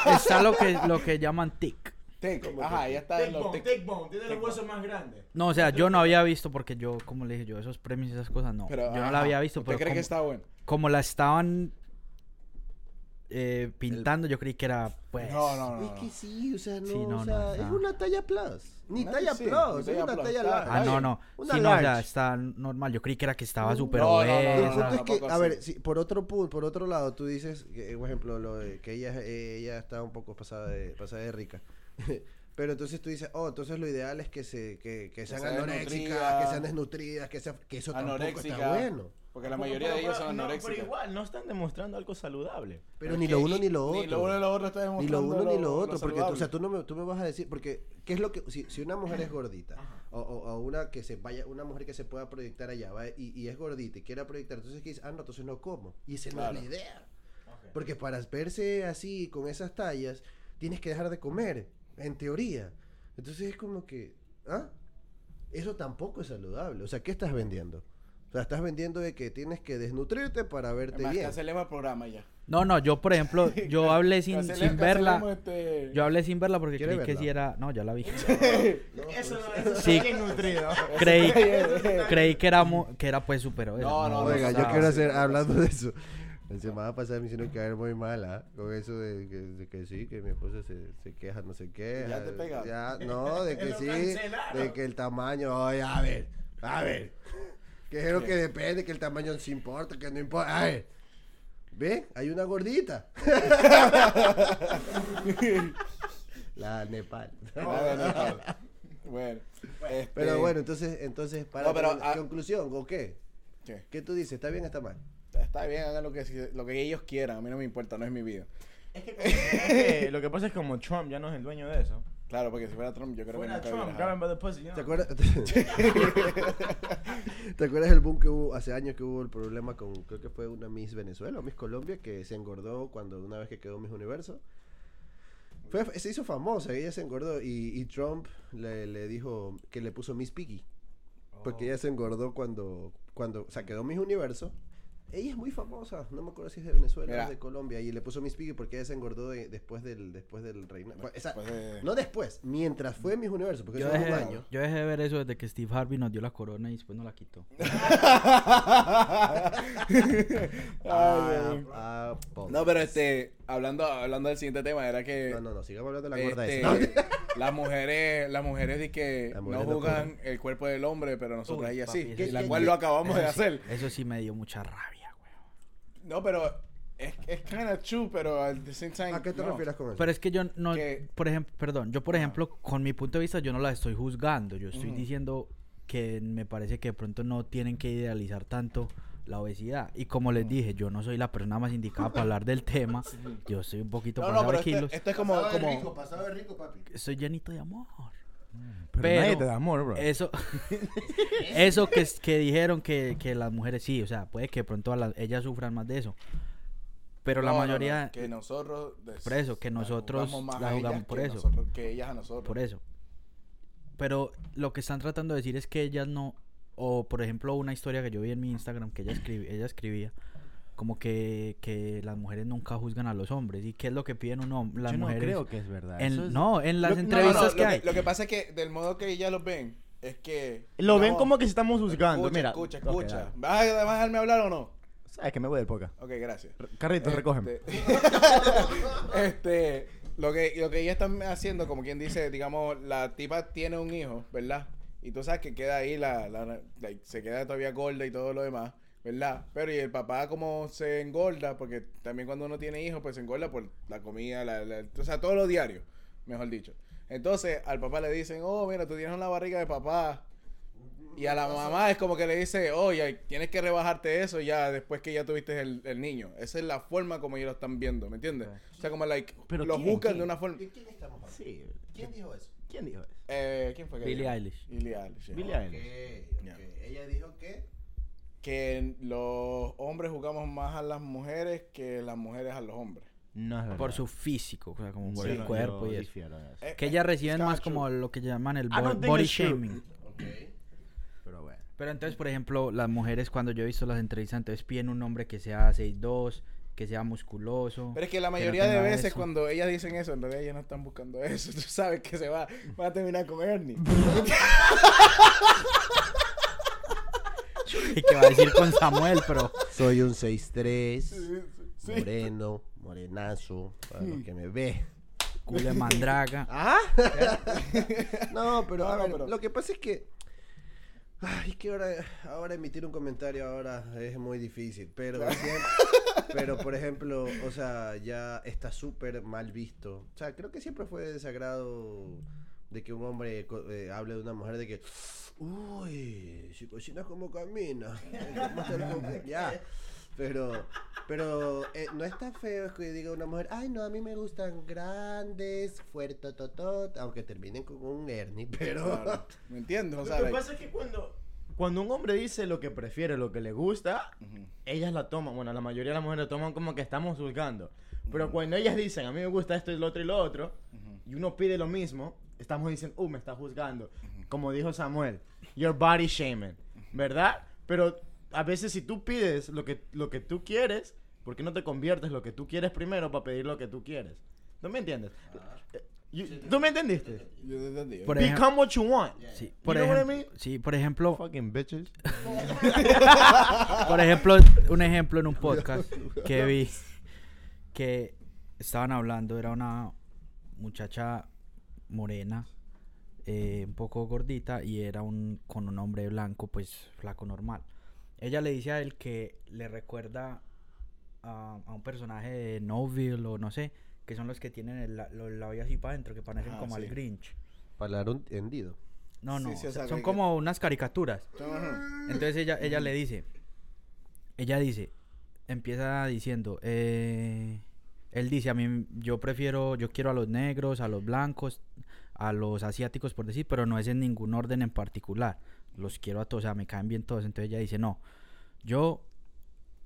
[SPEAKER 3] lo- está lo que, lo que llaman tic.
[SPEAKER 1] Ten- Ajá, ella está
[SPEAKER 6] Take
[SPEAKER 1] en los
[SPEAKER 6] Bone,
[SPEAKER 1] tic-
[SPEAKER 6] Take Bone, tiene los
[SPEAKER 1] Take Bone.
[SPEAKER 6] huesos más grandes.
[SPEAKER 3] No, o sea, yo no había visto porque yo, como le dije, yo esos premios y esas cosas no.
[SPEAKER 1] Pero,
[SPEAKER 3] yo no
[SPEAKER 1] ajá,
[SPEAKER 3] la había visto,
[SPEAKER 1] ¿usted
[SPEAKER 3] pero
[SPEAKER 1] cree
[SPEAKER 3] como,
[SPEAKER 1] que está bueno?
[SPEAKER 3] como la estaban eh, pintando, yo creí que era, pues...
[SPEAKER 1] No, no, no.
[SPEAKER 4] Es que sí, o sea, no,
[SPEAKER 3] Sí, no,
[SPEAKER 4] o sea,
[SPEAKER 3] no,
[SPEAKER 4] es
[SPEAKER 3] está-
[SPEAKER 4] una talla plus. Ni
[SPEAKER 1] Una-
[SPEAKER 4] talla
[SPEAKER 1] sí,
[SPEAKER 4] plus,
[SPEAKER 1] ni
[SPEAKER 4] es
[SPEAKER 1] talla
[SPEAKER 4] una
[SPEAKER 1] plus,
[SPEAKER 4] talla
[SPEAKER 1] claro.
[SPEAKER 4] large.
[SPEAKER 3] Ah, no, no.
[SPEAKER 4] Una
[SPEAKER 3] Sí, no, o sea,
[SPEAKER 4] large.
[SPEAKER 3] está normal. Yo creí que era que estaba súper
[SPEAKER 1] No, no, no,
[SPEAKER 4] El
[SPEAKER 1] no,
[SPEAKER 3] obesa.
[SPEAKER 4] punto es que,
[SPEAKER 1] tampoco
[SPEAKER 4] a ver,
[SPEAKER 1] así.
[SPEAKER 4] si por otro punto, por otro lado, tú dices, que, por ejemplo, lo de que ella, eh, ella está un poco pasada de, pasada de rica. <laughs> Pero entonces tú dices, oh, entonces lo ideal es que, se, que, que sean
[SPEAKER 1] sean
[SPEAKER 4] anoréxicas,
[SPEAKER 1] nutridas.
[SPEAKER 4] que sean desnutridas, que, sea, que eso tampoco está
[SPEAKER 1] Anoréxica.
[SPEAKER 4] bueno.
[SPEAKER 1] Porque la mayoría de ellos son anoréxicos.
[SPEAKER 6] Pero igual, no están demostrando algo saludable.
[SPEAKER 4] Pero ni lo uno ni lo otro.
[SPEAKER 1] Ni lo uno ni lo otro está
[SPEAKER 4] Ni lo
[SPEAKER 1] demostrando.
[SPEAKER 4] uno ni lo otro, porque tú- o
[SPEAKER 1] saludable.
[SPEAKER 4] sea, tú, no me, tú me vas a decir, porque, ¿qué es lo que, si, si una mujer es gordita, o, o- o una que se vaya, una mujer que se pueda proyectar allá, va, y, y es gordita y quiera proyectar, entonces ¿qué dice? Ah, no, entonces no como. Y esa no
[SPEAKER 1] Claro.
[SPEAKER 4] es la idea. Porque para verse así, con esas tallas, tienes que dejar de comer, en teoría. Entonces es como que, ¿ah? Eso tampoco es saludable. O sea, ¿qué estás vendiendo? O sea, estás vendiendo de que tienes que desnutrirte para verte
[SPEAKER 1] Además,
[SPEAKER 4] bien.
[SPEAKER 1] cancelemos el programa ya.
[SPEAKER 3] No, no, yo,
[SPEAKER 1] <laughs>
[SPEAKER 3] por ejemplo, yo hablé sin,
[SPEAKER 1] Cancele-
[SPEAKER 3] sin verla.
[SPEAKER 1] cancelemos este-
[SPEAKER 3] Yo hablé sin verla porque
[SPEAKER 4] ¿Quiere
[SPEAKER 3] creí que
[SPEAKER 4] verla?
[SPEAKER 3] sí era... No, ya
[SPEAKER 1] <laughs>
[SPEAKER 3] la vi.
[SPEAKER 6] Eso no es
[SPEAKER 3] Sí.
[SPEAKER 6] bien nutrido. <laughs>
[SPEAKER 3] Creí, creí que era, mu- que era pues súper obesa.
[SPEAKER 1] No, no,
[SPEAKER 4] Oiga,
[SPEAKER 1] no,
[SPEAKER 4] yo
[SPEAKER 1] no,
[SPEAKER 4] quiero
[SPEAKER 1] sí,
[SPEAKER 4] hacer,
[SPEAKER 1] no,
[SPEAKER 4] hablando de eso, la semana pasada me hicieron caer muy mala con eso de que, de que sí, que mi esposa se, se queja, no se queja.
[SPEAKER 1] te pegaron.
[SPEAKER 4] Ya, no,
[SPEAKER 1] <laughs>
[SPEAKER 4] de que
[SPEAKER 6] Lo
[SPEAKER 4] sí,
[SPEAKER 6] cancelaron.
[SPEAKER 4] de que el tamaño, oye, a ver, a ver. Que es lo que depende, que el tamaño sí importa, que no importa. A ver, ve, hay una gordita. <laughs> la Nepal.
[SPEAKER 1] Ah, bueno, claro. Bueno. este,
[SPEAKER 4] Pero bueno, entonces, entonces, para
[SPEAKER 1] No, pero,
[SPEAKER 4] terminar,
[SPEAKER 1] ah-
[SPEAKER 4] conclusión, ¿o qué?
[SPEAKER 1] ¿qué?
[SPEAKER 4] ¿Qué tú dices? ¿Está bien o está mal?
[SPEAKER 1] Está bien, hagan lo que, lo que ellos quieran. A mí no me importa, no es mi vida.
[SPEAKER 6] Es que, como- es que lo que pasa es que como Trump ya no es el dueño de eso,
[SPEAKER 1] Claro, porque si fuera Trump, yo creo
[SPEAKER 6] Fuera
[SPEAKER 1] que nunca
[SPEAKER 6] Trump,
[SPEAKER 1] viajaba.
[SPEAKER 6] grab him by the pussy, you
[SPEAKER 4] ¿Te
[SPEAKER 6] know.
[SPEAKER 4] acuerdas? <laughs> ¿Te acuerdas el boom que hubo hace años que hubo el problema con, creo que fue una Miss Venezuela o Miss Colombia que se engordó cuando una vez que quedó Miss Universo? Fue, se hizo famosa, ella se engordó y, y Trump le, le dijo que le puso Miss Piggy. Porque ella se engordó cuando, cuando, o sea, quedó Miss Universo. Ella es muy famosa, no me acuerdo si es de Venezuela
[SPEAKER 1] Mira.
[SPEAKER 4] o de Colombia, y le puso Miss Piggy porque ella se engordó de- después del después del reinado. O sea,
[SPEAKER 1] Después de-
[SPEAKER 4] no después, mientras fue Miss Universo,
[SPEAKER 1] Pues
[SPEAKER 4] porque
[SPEAKER 3] Yo
[SPEAKER 4] eso fue un
[SPEAKER 3] dejé,
[SPEAKER 4] año.
[SPEAKER 3] yo dejé de ver eso desde que Steve Harvey nos dio la corona y después nos la quitó.
[SPEAKER 1] Ay, Dios mío.
[SPEAKER 4] Ah, ah, po.
[SPEAKER 1] no, pero este, hablando, hablando del siguiente tema, era que
[SPEAKER 4] No, no, no, sigamos hablando de la gorda
[SPEAKER 1] este,
[SPEAKER 4] esa.
[SPEAKER 1] las mujeres, las mujeres de que
[SPEAKER 4] Las
[SPEAKER 1] no
[SPEAKER 4] mujeres no
[SPEAKER 1] juzgan el cuerpo del hombre, pero nosotras
[SPEAKER 3] Uy,
[SPEAKER 1] ellas
[SPEAKER 3] papi,
[SPEAKER 1] sí,
[SPEAKER 3] eso
[SPEAKER 1] y la
[SPEAKER 3] sí.
[SPEAKER 1] cual lo acabamos
[SPEAKER 3] <laughs>
[SPEAKER 1] de hacer.
[SPEAKER 3] Eso sí me dio mucha rabia, güey.
[SPEAKER 1] No, pero es, es kind of true, pero al the same time.
[SPEAKER 4] <laughs> ¿A qué te
[SPEAKER 1] no.
[SPEAKER 4] refieres con eso?
[SPEAKER 3] Pero es que yo no,
[SPEAKER 1] Que-
[SPEAKER 3] por ejemplo, perdón, yo por ejemplo, con mi punto de vista, yo no la estoy juzgando, yo estoy diciendo que me parece que de pronto no tienen que idealizar tanto la obesidad. Y como les dije, yo no soy la persona más indicada para hablar
[SPEAKER 1] <laughs>
[SPEAKER 3] del tema, yo soy un poquito
[SPEAKER 1] No,
[SPEAKER 3] pasado
[SPEAKER 1] no, pero
[SPEAKER 3] de
[SPEAKER 1] este,
[SPEAKER 3] kilos,
[SPEAKER 1] este es como,
[SPEAKER 4] Pasado de
[SPEAKER 1] como
[SPEAKER 4] rico, pasado de rico, papi.
[SPEAKER 3] soy llenito de amor.
[SPEAKER 6] Pero, nadie te da amor,
[SPEAKER 1] <laughs>
[SPEAKER 6] bro.
[SPEAKER 3] Eso, eso que, es- que dijeron que, que las mujeres sí, o sea, puede que de pronto a las- ellas sufran más de eso. Pero la
[SPEAKER 1] No, no, no,
[SPEAKER 3] mayoría,
[SPEAKER 1] que nosotros des-
[SPEAKER 3] por eso, que
[SPEAKER 1] la
[SPEAKER 3] nosotros
[SPEAKER 1] juzgamos más
[SPEAKER 3] la
[SPEAKER 1] a ellas
[SPEAKER 3] jugamos por
[SPEAKER 1] que
[SPEAKER 3] eso.
[SPEAKER 1] nosotros- que ellas a nosotros.
[SPEAKER 3] por eso. Pero lo que están tratando de decir es que ellas no, o por ejemplo una historia que yo vi en mi Instagram que ella, escribi- ella escribía, como que, que las mujeres nunca juzgan a los hombres. ¿Y qué es lo que piden un hom- las
[SPEAKER 6] yo
[SPEAKER 3] mujeres?
[SPEAKER 6] no creo que es verdad.
[SPEAKER 3] en-
[SPEAKER 6] eso es-
[SPEAKER 3] No, en
[SPEAKER 1] Lo-
[SPEAKER 3] las
[SPEAKER 1] no, no,
[SPEAKER 3] entrevistas
[SPEAKER 1] lo
[SPEAKER 3] que hay.
[SPEAKER 1] Lo que pasa es que del modo que ellas los ven, es que.
[SPEAKER 6] Lo ven
[SPEAKER 1] no,
[SPEAKER 6] como que estamos juzgando.
[SPEAKER 1] Escucha,
[SPEAKER 6] Mira.
[SPEAKER 1] escucha,
[SPEAKER 6] Ok,
[SPEAKER 1] escucha.
[SPEAKER 6] dale.
[SPEAKER 1] ¿Vas a vas a dejarme hablar o no?
[SPEAKER 6] Sabes que me voy del poca.
[SPEAKER 1] Ok, gracias.
[SPEAKER 6] Carritos, recógeme.
[SPEAKER 1] Este, <laughs> este, lo que, lo que ella están haciendo, como quien dice, digamos, la tipa tiene un hijo, ¿verdad? Y tú sabes que queda ahí, la, la- la- se queda todavía gorda y todo lo demás, ¿verdad? Pero y el papá como se engorda, porque también cuando uno tiene hijos, pues se engorda por la comida, la, la- o sea, todo lo diario, mejor dicho. Entonces, al papá le dicen, oh, mira, tú tienes una barriga de papá. Y a la mamá es como que le dice, oye, tienes que rebajarte eso ya después que ya tuviste el, el niño. Esa es la forma como ellos lo están viendo, ¿me entiendes? O sea, como like,
[SPEAKER 6] Pero
[SPEAKER 1] lo
[SPEAKER 6] ¿quién?
[SPEAKER 1] buscan
[SPEAKER 6] ¿Quién?
[SPEAKER 1] de una forma...
[SPEAKER 4] ¿De quién estamos hablando?
[SPEAKER 6] Sí.
[SPEAKER 4] ¿Quién dijo eso?
[SPEAKER 6] ¿Quién dijo eso?
[SPEAKER 1] Eh, ¿Quién fue que
[SPEAKER 3] Billie
[SPEAKER 1] dijo?
[SPEAKER 3] Eilish.
[SPEAKER 1] Billie Eilish, yeah.
[SPEAKER 6] Billie
[SPEAKER 4] Ok,
[SPEAKER 6] Eilish.
[SPEAKER 4] ok.
[SPEAKER 1] Ya.
[SPEAKER 4] Ella dijo que.
[SPEAKER 1] Que los hombres jugamos más a las mujeres que las mujeres a los hombres.
[SPEAKER 6] No es verdad.
[SPEAKER 3] Por su físico, o sea, como por
[SPEAKER 6] Sí,
[SPEAKER 3] el
[SPEAKER 6] no,
[SPEAKER 3] cuerpo
[SPEAKER 6] yo
[SPEAKER 3] y eso.
[SPEAKER 6] difiero de eso.
[SPEAKER 1] Eh,
[SPEAKER 3] Que
[SPEAKER 1] eh,
[SPEAKER 3] ellas reciben
[SPEAKER 1] it's
[SPEAKER 3] más
[SPEAKER 1] kinda
[SPEAKER 3] como lo que llaman el
[SPEAKER 6] I
[SPEAKER 3] bo-
[SPEAKER 6] don't think
[SPEAKER 3] body
[SPEAKER 6] it's true.
[SPEAKER 3] shaming.
[SPEAKER 4] Ok.
[SPEAKER 6] Pero bueno.
[SPEAKER 3] Pero entonces, por ejemplo, las mujeres cuando yo he visto las entrevistas, entonces piden un hombre que sea 6'2", que sea musculoso.
[SPEAKER 1] eh, Pero es que la
[SPEAKER 3] no
[SPEAKER 1] mayoría de
[SPEAKER 3] tenga
[SPEAKER 1] veces
[SPEAKER 3] eso.
[SPEAKER 1] cuando ellas dicen eso, en realidad ellas no están buscando eso. <laughs> Tú sabes que se va, va a terminar con Ernie.
[SPEAKER 3] Y que va a decir con Samuel, pero...
[SPEAKER 4] Soy un 6'3,
[SPEAKER 1] <laughs> Sí.
[SPEAKER 4] moreno, morenazo, para lo que me ve.
[SPEAKER 3] culo de mandraga.
[SPEAKER 6] <laughs>
[SPEAKER 4] ¿Ah? <laughs> no, pero,
[SPEAKER 1] No,
[SPEAKER 4] a
[SPEAKER 1] no,
[SPEAKER 4] ver,
[SPEAKER 1] pero-
[SPEAKER 4] lo que pasa es que. Ay, es que ahora, ahora emitir un comentario ahora es muy difícil,
[SPEAKER 1] <laughs>
[SPEAKER 4] pero siempre- pero por ejemplo, o sea, ya está súper mal visto. O sea, creo que siempre fue de desagrado de que un hombre co- eh, hable de una mujer de que, uy, si cocinas como camina, ¿cómo te lo com-?" ya. Pero, pero eh, no es tan feo que diga una mujer, ay no, a mí me gustan grandes, fuerte, totot, aunque terminen con un Ernie, pero...
[SPEAKER 1] Claro. ¿Me entiendes? O sea,
[SPEAKER 6] lo que
[SPEAKER 1] like,
[SPEAKER 6] pasa es que cuando, cuando un hombre dice lo que prefiere, lo que le gusta, ellas la toman. Bueno, la mayoría de las mujeres lo toman como que estamos juzgando. Pero cuando ellas dicen, a mí me gusta esto y lo otro y lo otro, y uno pide lo mismo, estamos diciendo, uh, me está juzgando. Como dijo Samuel, your body shaming, ¿verdad? Pero a veces si tú pides lo que, lo que tú quieres, ¿por qué no te conviertes lo que tú quieres primero para pedir lo que tú <laughs> quieres? ¿Tú me entiendes? Eh, you- ¿Tú me entendiste?
[SPEAKER 1] yo te entendí.
[SPEAKER 3] Por ejemplo-
[SPEAKER 6] Become what you want.
[SPEAKER 3] Sí, por,
[SPEAKER 6] know what I
[SPEAKER 3] ejem-
[SPEAKER 6] mean?
[SPEAKER 3] sí, por ejemplo,
[SPEAKER 6] Fucking
[SPEAKER 3] <laughs>
[SPEAKER 6] bitches.
[SPEAKER 3] por ejemplo, un ejemplo en un podcast que vi que estaban hablando, era una muchacha morena, eh, un poco gordita y era un con un hombre blanco, pues flaco normal. Ella le dice a él que le recuerda a, a un personaje de Noville o no sé, que son los que tienen el la- los labios así para adentro, que parecen
[SPEAKER 1] Ajá,
[SPEAKER 3] como al
[SPEAKER 1] Ah, sí.
[SPEAKER 3] Grinch.
[SPEAKER 4] <laughs> Palar un tendido.
[SPEAKER 3] No,
[SPEAKER 1] Sí,
[SPEAKER 3] no,
[SPEAKER 1] sí, o
[SPEAKER 3] o sea,
[SPEAKER 1] sea,
[SPEAKER 3] son
[SPEAKER 1] que-
[SPEAKER 3] como unas caricaturas.
[SPEAKER 1] Ajá.
[SPEAKER 3] Entonces ella, ella le dice, ella dice, empieza diciendo, eh, Él dice, a mí yo prefiero, yo quiero a los negros, a los blancos, a los asiáticos por decir, pero no es en ningún orden en particular. Los quiero a todos, o sea, me caen bien todos. Entonces ella dice, no, yo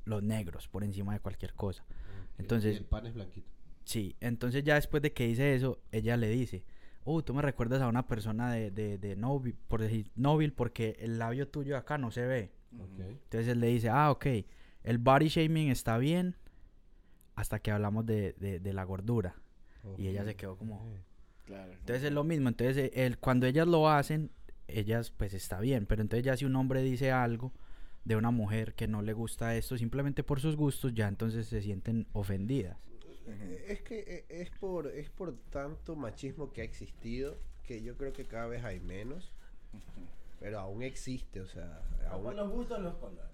[SPEAKER 3] los negros por encima de cualquier cosa. Entonces,
[SPEAKER 4] El pan es blanquito.
[SPEAKER 3] Sí, entonces ya después de que dice eso, ella le dice, uh, tú me recuerdas a una persona de, de, de Novi- por decir Nobil, porque el labio tuyo acá no se ve.
[SPEAKER 4] Ok.
[SPEAKER 3] Entonces él le dice, ah, ok, el body shaming está bien hasta que hablamos de, de- de la gordura. Mm. Y ella se quedó como...
[SPEAKER 1] Claro.
[SPEAKER 3] Entonces es lo mismo, entonces eh, el- cuando ellas lo hacen, ellas pues está bien, pero entonces ya si un hombre dice algo de una mujer que no le gusta esto simplemente por sus gustos, ya entonces se sienten ofendidas.
[SPEAKER 4] Es que eh, es por, es por tanto machismo que ha existido que yo creo que cada vez hay menos. Pero aún existe, o sea, aún...
[SPEAKER 6] los gustos, los colores.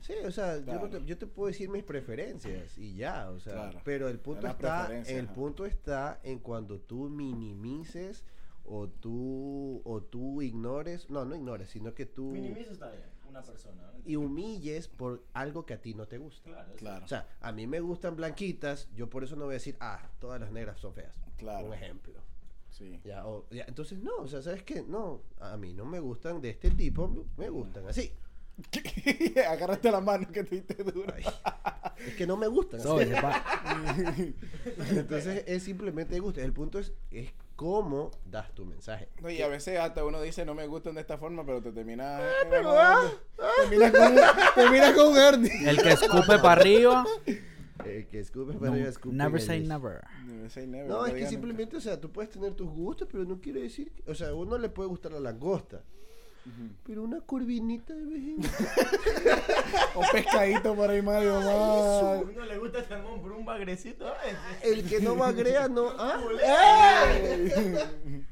[SPEAKER 4] Sí, o sea, yo no te- yo,
[SPEAKER 1] Claro.
[SPEAKER 4] te, puedo decir mis preferencias y ya, o sea,
[SPEAKER 1] Claro.
[SPEAKER 4] pero el punto
[SPEAKER 1] Las
[SPEAKER 4] está,
[SPEAKER 1] preferencias,
[SPEAKER 4] el
[SPEAKER 1] ajá.
[SPEAKER 4] punto está en cuando tú minimices o tú o tú ignores, no, no ignores, sino que tú
[SPEAKER 6] Minimiza está bien, una persona.
[SPEAKER 4] y humilles por algo que a ti no te gusta.
[SPEAKER 6] Claro.
[SPEAKER 1] Claro.
[SPEAKER 4] O sea, a mí me gustan blanquitas, yo por eso no voy a decir, ah, todas las negras son feas.
[SPEAKER 1] Claro.
[SPEAKER 4] Un ejemplo. <laughs>
[SPEAKER 1] Sí.
[SPEAKER 4] Ya, o- ya, entonces no, o sea, ¿sabes qué? No, a mí no me gustan de este tipo, me- me gustan así.
[SPEAKER 1] Agárrate la mano que te diste duro.
[SPEAKER 4] Ay, es que no me gustan <laughs> así.
[SPEAKER 3] Sobre, pa-
[SPEAKER 4] Entonces es simplemente de gusto. El punto es, es cómo das tu mensaje.
[SPEAKER 1] No, y a veces hasta uno dice no me gustan de esta forma, pero te termina. este,
[SPEAKER 4] pero,
[SPEAKER 1] Te miras con un- te miras con un Ernie.
[SPEAKER 3] El que escupe para arriba.
[SPEAKER 4] El Eh, que escupe
[SPEAKER 3] no,
[SPEAKER 4] para arriba, escupe en
[SPEAKER 3] never
[SPEAKER 4] el
[SPEAKER 3] say
[SPEAKER 4] mes.
[SPEAKER 3] never.
[SPEAKER 1] No, say never,
[SPEAKER 4] No, es que
[SPEAKER 1] digan
[SPEAKER 4] simplemente, o sea, tú puedes tener tus gustos, pero no quiere decir. que- O sea, a uno le puede gustar la langosta. Pero una curvinita de vez en cuando.
[SPEAKER 1] nunca. Un pescadito por ahí, Mario.
[SPEAKER 6] A
[SPEAKER 1] va.
[SPEAKER 6] uno le gusta el salmón por un bagrecito a veces.
[SPEAKER 4] El que no magrea, no.
[SPEAKER 1] <laughs>
[SPEAKER 4] ¿ah? No,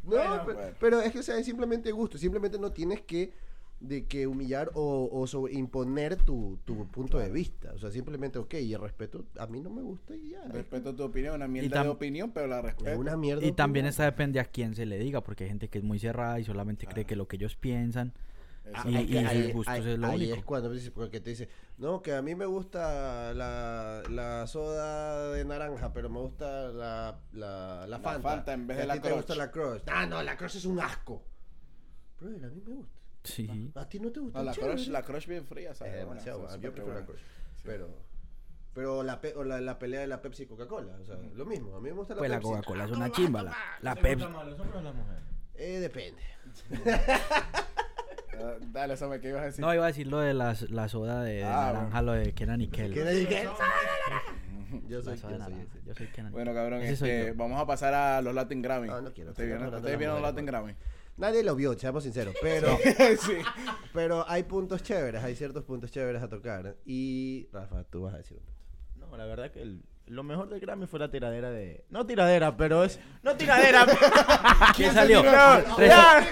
[SPEAKER 6] Bueno,
[SPEAKER 4] pe-
[SPEAKER 1] bueno.
[SPEAKER 4] pero es que, o sea, es simplemente gusto. Simplemente no tienes que de que humillar o, o sobre- imponer tu,
[SPEAKER 1] Mm,
[SPEAKER 4] tu punto de vista. O sea, simplemente, ok, y el respeto a mí no me gusta y ya.
[SPEAKER 1] Respeto tu opinión, una mierda
[SPEAKER 3] tam-
[SPEAKER 1] de opinión, pero la
[SPEAKER 4] Es
[SPEAKER 1] respeto.
[SPEAKER 4] una mierda.
[SPEAKER 3] Y también
[SPEAKER 4] opinión.
[SPEAKER 3] esta depende a quién se le diga, porque hay gente que es muy cerrada y solamente cree que lo que ellos piensan.
[SPEAKER 1] Eso.
[SPEAKER 3] Y-
[SPEAKER 4] Ah, Hay que-
[SPEAKER 3] y sus
[SPEAKER 4] ahí-
[SPEAKER 3] gustos
[SPEAKER 4] ahí-
[SPEAKER 3] es lo
[SPEAKER 4] ahí
[SPEAKER 3] único.
[SPEAKER 4] es cuando dice- porque te dice, no, que a mí me gusta la, la soda de naranja, pero me gusta la, la, la Fanta.
[SPEAKER 1] Fanta en vez
[SPEAKER 4] Y
[SPEAKER 1] de
[SPEAKER 4] a
[SPEAKER 1] la
[SPEAKER 4] ti te
[SPEAKER 1] Crush.
[SPEAKER 4] gusta la Crush. Ah, no, la Crush es un asco. Brother, a mí me gusta.
[SPEAKER 3] Sí.
[SPEAKER 4] A ti no te gusta.
[SPEAKER 1] No, la
[SPEAKER 4] chévere.
[SPEAKER 1] crush, la crush bien fría,
[SPEAKER 4] Es
[SPEAKER 1] ¿sabes?
[SPEAKER 4] demasiado
[SPEAKER 1] Buena,
[SPEAKER 4] buena.
[SPEAKER 1] son
[SPEAKER 4] Yo
[SPEAKER 1] súper
[SPEAKER 4] prefiero la
[SPEAKER 1] buenas.
[SPEAKER 4] Crush. Pero, pero la, pe- o la, la pelea de la Pepsi y Coca-Cola, o sea, lo mismo. A mí me gusta la
[SPEAKER 3] Pues la
[SPEAKER 4] Pepsi. Ah,
[SPEAKER 3] Coca-Cola es una chimba. La, la Pepsi.
[SPEAKER 6] Más, los hombres o las mujeres?
[SPEAKER 4] Eh, depende.
[SPEAKER 1] Ah, Dale, Samuel, ¿qué ibas a decir?
[SPEAKER 3] No, iba a decir lo de las, la soda de, de
[SPEAKER 1] Ah,
[SPEAKER 3] naranja, lo de Kenan y Kel.
[SPEAKER 4] ¿Qué
[SPEAKER 3] La
[SPEAKER 4] le dije?
[SPEAKER 1] <laughs>
[SPEAKER 4] Yo
[SPEAKER 3] soda de
[SPEAKER 4] soy quien soy
[SPEAKER 3] naranja.
[SPEAKER 4] ese.
[SPEAKER 3] Yo soy Kenan y
[SPEAKER 1] Bueno,
[SPEAKER 4] <laughs>
[SPEAKER 3] Kel.
[SPEAKER 1] cabrón,
[SPEAKER 3] Ese soy
[SPEAKER 1] este,
[SPEAKER 3] yo.
[SPEAKER 1] vamos a pasar a los Latin Grammy.
[SPEAKER 4] No, no quiero.
[SPEAKER 1] ¿Ustedes vieron,
[SPEAKER 4] Estamos hablando de
[SPEAKER 1] ustedes vieron los
[SPEAKER 4] las
[SPEAKER 1] Latin Grammy? <laughs>
[SPEAKER 4] Nadie lo vio, seamos sinceros, pero...
[SPEAKER 1] sí.
[SPEAKER 4] Pero hay puntos chéveres, hay ciertos puntos chéveres a tocar. Y Rafa, tú vas a decir un punto.
[SPEAKER 6] No, la verdad que el- lo mejor del Grammy fue la tiradera de. No tiradera, pero es. No tiradera,
[SPEAKER 3] <laughs>
[SPEAKER 6] <laughs>
[SPEAKER 3] ¿Quién salió?
[SPEAKER 6] No,
[SPEAKER 3] Resi-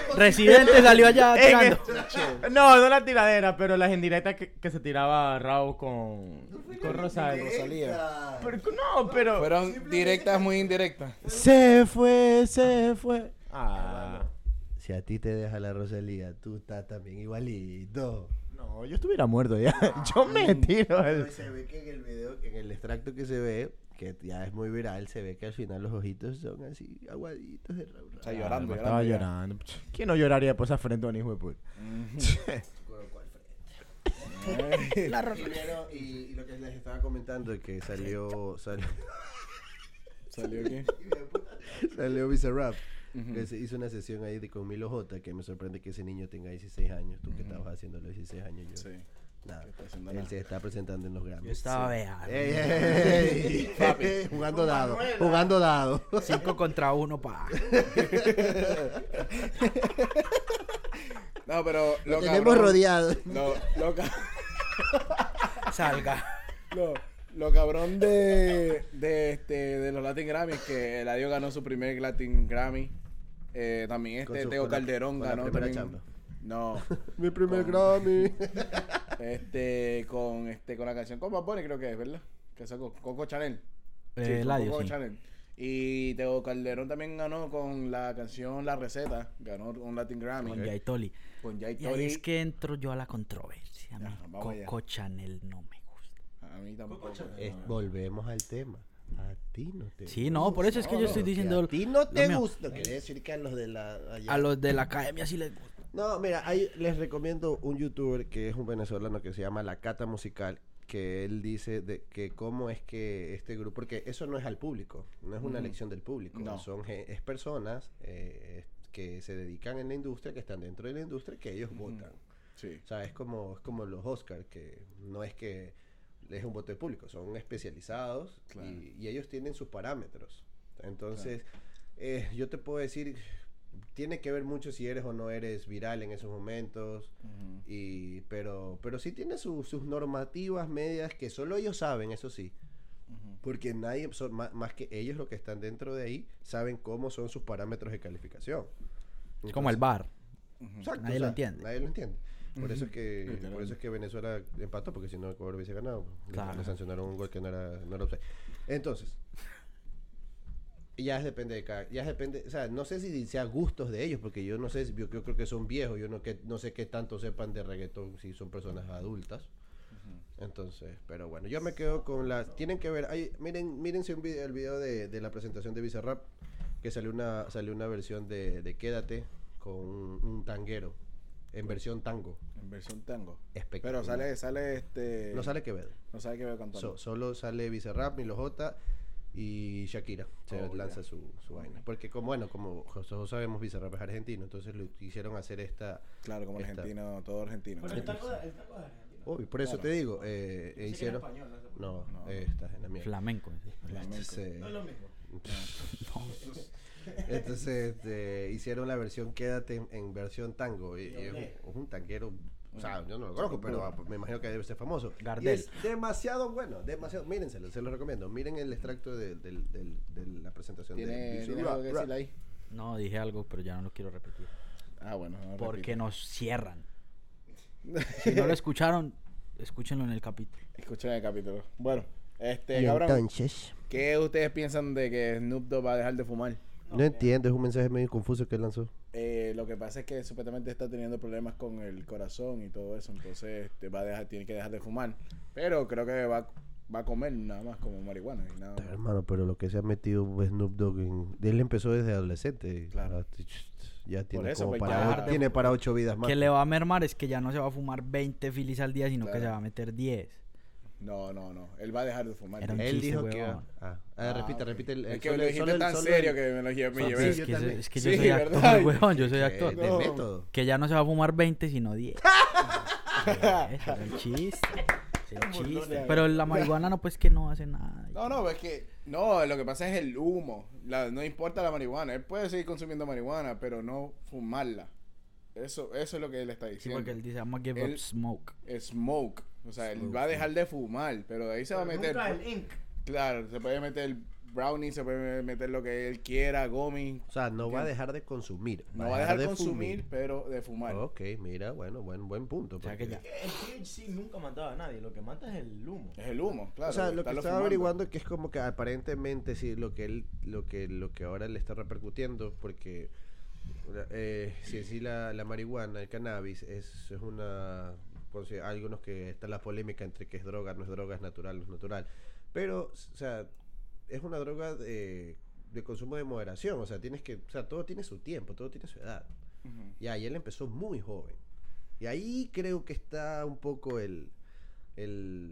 [SPEAKER 6] no.
[SPEAKER 3] Residente salió
[SPEAKER 4] <laughs>
[SPEAKER 3] allá
[SPEAKER 6] Es que-
[SPEAKER 3] tirando.
[SPEAKER 6] No, no la tiradera, pero las indirectas que, que se tiraba Raúl con. con Rosario.
[SPEAKER 1] Rosalía.
[SPEAKER 6] Pero- no, pero.
[SPEAKER 1] Fueron directas, muy indirectas.
[SPEAKER 6] Se fue, se fue. Ah.
[SPEAKER 4] Si a ti te deja la Rosalía, tú estás también igualito.
[SPEAKER 6] No, yo estuviera muerto ya. <laughs> Mm. Yo me tiro
[SPEAKER 4] Pero
[SPEAKER 6] al.
[SPEAKER 4] se ve que en el video, en el extracto que se ve, que ya es muy viral, se ve que al final los ojitos son así aguaditos de Raúl.
[SPEAKER 1] O sea, llorando,
[SPEAKER 6] Ah,
[SPEAKER 1] llorando.
[SPEAKER 6] Estaba
[SPEAKER 1] ya.
[SPEAKER 6] llorando. ¿Quién no lloraría por esa frente a un hijo de puta?
[SPEAKER 4] Primero, y, y lo que les estaba comentando es que salió, salió,
[SPEAKER 1] ¿Salió qué?
[SPEAKER 4] salió Bizarrap. que se hizo una sesión ahí de con Milo J, que me sorprende que ese niño tenga 16 años. Tú que estabas haciendo los 16 años, yo.
[SPEAKER 1] Sí.
[SPEAKER 4] Nada.
[SPEAKER 1] Que está haciendo
[SPEAKER 4] Él
[SPEAKER 1] nada.
[SPEAKER 4] se está presentando en los Grammys.
[SPEAKER 3] Yo estaba vea.
[SPEAKER 4] Ey,
[SPEAKER 1] <laughs>
[SPEAKER 4] ey, ey.
[SPEAKER 1] Papi.
[SPEAKER 4] jugando dado, jugando dado.
[SPEAKER 3] <laughs> Cinco contra uno,
[SPEAKER 4] <laughs>
[SPEAKER 3] pa.
[SPEAKER 1] No, pero lo,
[SPEAKER 4] Lo tenemos
[SPEAKER 1] cabrón- Eh,
[SPEAKER 4] rodeado.
[SPEAKER 1] Lo, lo ca-
[SPEAKER 3] <laughs>
[SPEAKER 1] <laughs>
[SPEAKER 3] Salga.
[SPEAKER 1] lo- lo cabrón de, de, este, de los Latin Grammy es que Eladio ganó su primer Latin Grammy. Eh, también
[SPEAKER 4] Con
[SPEAKER 1] este
[SPEAKER 4] su-
[SPEAKER 1] Teo
[SPEAKER 4] con la-
[SPEAKER 1] Calderón
[SPEAKER 4] con la
[SPEAKER 1] ganó
[SPEAKER 4] primera
[SPEAKER 1] también.
[SPEAKER 4] chamba. <laughs>
[SPEAKER 1] No,
[SPEAKER 4] Mi primer
[SPEAKER 1] Con-
[SPEAKER 4] Grammy.
[SPEAKER 1] <laughs> este con este con la canción con Bad Bunny creo que es, ¿verdad? Que sacó Coco Chanel. Sí,
[SPEAKER 3] Eh,
[SPEAKER 1] con
[SPEAKER 3] Eladio,
[SPEAKER 1] Coco
[SPEAKER 3] sí.
[SPEAKER 1] Chanel. Y Teo Calderón también ganó con la canción La Receta, ganó un Latin Grammy
[SPEAKER 3] Con Yaitoli.
[SPEAKER 1] con Jay
[SPEAKER 3] Y ahí
[SPEAKER 1] Tori.
[SPEAKER 3] es que entro yo a la controversia. A mí
[SPEAKER 1] Ajá, vamos allá.
[SPEAKER 3] Coco Chanel no me gusta.
[SPEAKER 1] A mí tampoco.
[SPEAKER 4] Es- volvemos al tema. A ti no te
[SPEAKER 3] Sí, no, por eso es que yo estoy
[SPEAKER 4] lo
[SPEAKER 3] diciendo
[SPEAKER 4] A ti no
[SPEAKER 3] lo
[SPEAKER 4] te
[SPEAKER 3] mío.
[SPEAKER 4] gusta. Quiere decir que a los de la. allá-
[SPEAKER 3] A los de la academia sí les gusta.
[SPEAKER 4] No, mira, ahí les recomiendo un youtuber que es un venezolano que se llama La Cata Musical, que él dice de que cómo es que este grupo, porque eso no es al público, no es una elección del público,
[SPEAKER 1] No.
[SPEAKER 4] son ge- es personas eh, es- que se dedican en la industria, que están dentro de la industria, que ellos votan.
[SPEAKER 1] Sí.
[SPEAKER 4] O sea, es como, es como los Oscars, que no es que es un voto de público, son especializados
[SPEAKER 1] Claro.
[SPEAKER 4] y, y ellos tienen sus parámetros. Entonces, eh, yo te puedo decir, tiene que ver mucho si eres o no eres viral en esos momentos,
[SPEAKER 1] Ujú.
[SPEAKER 4] y, pero, pero sí tiene su- sus normativas medias que solo ellos saben, eso sí.
[SPEAKER 1] Ujú.
[SPEAKER 4] Porque nadie, son- ma- más que ellos los que están dentro de ahí, saben cómo son sus parámetros de calificación.
[SPEAKER 3] Es como el
[SPEAKER 4] Entonces-
[SPEAKER 3] bar.
[SPEAKER 4] Exacto,
[SPEAKER 3] Nadie lo entiende.
[SPEAKER 4] Nadie lo entiende. Por eso es que por
[SPEAKER 1] Literalmente.
[SPEAKER 4] eso es que Venezuela empató, porque si no Ecuador hubiese ganado. Le-
[SPEAKER 3] Claro.
[SPEAKER 4] Le sancionaron un gol que no era, no era offside. Entonces, ya es depende de cada, ya es depende, o sea, no sé si sea gustos de ellos, porque yo no sé, si- yo, yo creo que son viejos, yo no que no sé qué tanto sepan de reggaetón si son personas adultas. Entonces, pero bueno, yo me quedo con la. Tienen que ver, hay, miren, mírense un video, el video de, de la presentación de Bizarrap, que salió una, salió una versión de, de Quédate con un, un tanguero, en versión tango.
[SPEAKER 1] En versión tango. Pero
[SPEAKER 4] Espectacular.
[SPEAKER 1] sale, sale este.
[SPEAKER 4] No sale Quevedo.
[SPEAKER 1] No sabe qué veo cantando.
[SPEAKER 4] So- solo sale Bizarrap, Milo J y Shakira. Se
[SPEAKER 1] Oh,
[SPEAKER 4] lanza
[SPEAKER 1] ya.
[SPEAKER 4] su, su vaina. Porque como bueno, como todos sabemos, Bizarrap es argentino, entonces lo quisieron hacer esta.
[SPEAKER 1] claro, como
[SPEAKER 4] Está.
[SPEAKER 1] argentino, todo argentino.
[SPEAKER 4] Uy, por eso
[SPEAKER 1] Claro.
[SPEAKER 4] te digo, eh, eh, hicieron. No,
[SPEAKER 1] No.
[SPEAKER 4] eh, estás en la Este, mierda.
[SPEAKER 3] Flamenco.
[SPEAKER 1] Flamenco.
[SPEAKER 4] Entonces, Entonces este, hicieron la versión Quédate en, en versión tango. Y, y es, un, es un tanguero. O sea, yo no lo conozco, pero ah, me imagino que debe ser famoso. Y
[SPEAKER 3] Gardel.
[SPEAKER 4] es demasiado bueno, demasiado. Mírenselo, se lo recomiendo. Miren el extracto de, del- del- de la presentación de
[SPEAKER 1] ¿Tiene,
[SPEAKER 4] Bizu-
[SPEAKER 1] tiene
[SPEAKER 4] Ra-
[SPEAKER 1] algo que
[SPEAKER 4] Ra-
[SPEAKER 1] decirle ahí?
[SPEAKER 3] No, dije algo, pero ya no lo quiero repetir.
[SPEAKER 1] Ah, bueno. No
[SPEAKER 3] Porque
[SPEAKER 1] repito.
[SPEAKER 3] nos cierran. Si no lo escucharon, escúchenlo en el capítulo.
[SPEAKER 1] Escuchen el capítulo. Bueno, este, cabrón, ¿qué ustedes piensan de que Snoop Dogg va a dejar de fumar?
[SPEAKER 4] No entiendo, es un mensaje medio confuso que lanzó.
[SPEAKER 1] Eh, lo que pasa es que supuestamente está teniendo problemas con el corazón y todo eso, entonces este, va a dejar, tiene que dejar de fumar. Pero creo que va, va a comer nada más como marihuana y nada más.
[SPEAKER 4] Hermano, pero lo que se ha metido Snoop Dogg en... Él empezó desde adolescente.
[SPEAKER 1] Claro.
[SPEAKER 4] Ah, Ya tiene
[SPEAKER 1] eso,
[SPEAKER 4] como
[SPEAKER 1] pues,
[SPEAKER 4] para,
[SPEAKER 3] ya
[SPEAKER 4] ocho-
[SPEAKER 3] dejar de-
[SPEAKER 4] tiene para ocho vidas más.
[SPEAKER 3] Que le va a mermar es que ya no se va a fumar 20 filis al día, sino que
[SPEAKER 1] Claro.
[SPEAKER 3] se va a meter 10.
[SPEAKER 1] No, no, no. Él va a dejar de fumar.
[SPEAKER 3] Era un
[SPEAKER 4] Él
[SPEAKER 3] chiste,
[SPEAKER 4] dijo que
[SPEAKER 3] huevón.
[SPEAKER 4] iba- Ah, ah,
[SPEAKER 1] Ah,
[SPEAKER 4] repite,
[SPEAKER 1] ok.
[SPEAKER 4] repite. El, el-
[SPEAKER 1] es que
[SPEAKER 4] solo
[SPEAKER 1] lo
[SPEAKER 4] el-
[SPEAKER 1] dijiste
[SPEAKER 4] solo el-
[SPEAKER 1] tan
[SPEAKER 4] solo el-
[SPEAKER 1] serio que me lo llevé. me
[SPEAKER 4] solo-
[SPEAKER 1] llevé.
[SPEAKER 4] sí,
[SPEAKER 3] es,
[SPEAKER 4] yo
[SPEAKER 3] que,
[SPEAKER 4] también.
[SPEAKER 3] es que yo
[SPEAKER 1] Sí,
[SPEAKER 3] soy
[SPEAKER 1] ¿verdad?
[SPEAKER 3] actor, <laughs> huevón, yo soy
[SPEAKER 4] Eh,
[SPEAKER 3] actor.
[SPEAKER 4] de
[SPEAKER 1] No.
[SPEAKER 4] método.
[SPEAKER 3] Que ya no se va a fumar 20, sino 10. Ese era el chiste. ese era el chiste. Pero la marihuana no, pues que no hace nada.
[SPEAKER 1] No, no, es que. No, lo que pasa es el humo. La- no importa la marihuana. Él puede seguir consumiendo marihuana, pero no fumarla. Eso, eso es lo que él está
[SPEAKER 3] Sí,
[SPEAKER 1] diciendo.
[SPEAKER 3] porque él dice, I'm gonna give
[SPEAKER 1] Él-
[SPEAKER 3] up smoke.
[SPEAKER 1] El Smoke. O sea, él va a dejar de fumar, pero de ahí se va a meter. Claro, se puede meter brownie, se puede meter lo que él quiera, gomi.
[SPEAKER 4] O sea, no va a dejar de consumir.
[SPEAKER 1] No va a dejar
[SPEAKER 4] de
[SPEAKER 1] consumir, pero de fumar.
[SPEAKER 4] fumar. Ok, mira, bueno, buen, buen punto.
[SPEAKER 3] O sea que
[SPEAKER 4] porque-
[SPEAKER 3] ya.
[SPEAKER 6] El THC nunca mataba a nadie, lo que mata es el humo.
[SPEAKER 1] Es el humo, claro.
[SPEAKER 4] O sea, lo que
[SPEAKER 1] estarlo
[SPEAKER 4] estaba
[SPEAKER 1] fumando.
[SPEAKER 4] averiguando que es como que aparentemente sí, lo que él, lo que, lo que ahora le está repercutiendo, porque eh, si en sí la, la marihuana, el cannabis, es, es una pues, sí, algunos que está la polémica entre que es droga, no es droga, es natural, no es natural. Pero, o sea, es una droga de, de consumo de moderación. O sea, tienes que, o sea, todo tiene su tiempo, todo tiene su edad.
[SPEAKER 1] Ujú.
[SPEAKER 4] Ya, y él empezó muy joven. Y ahí creo que está un poco el, el,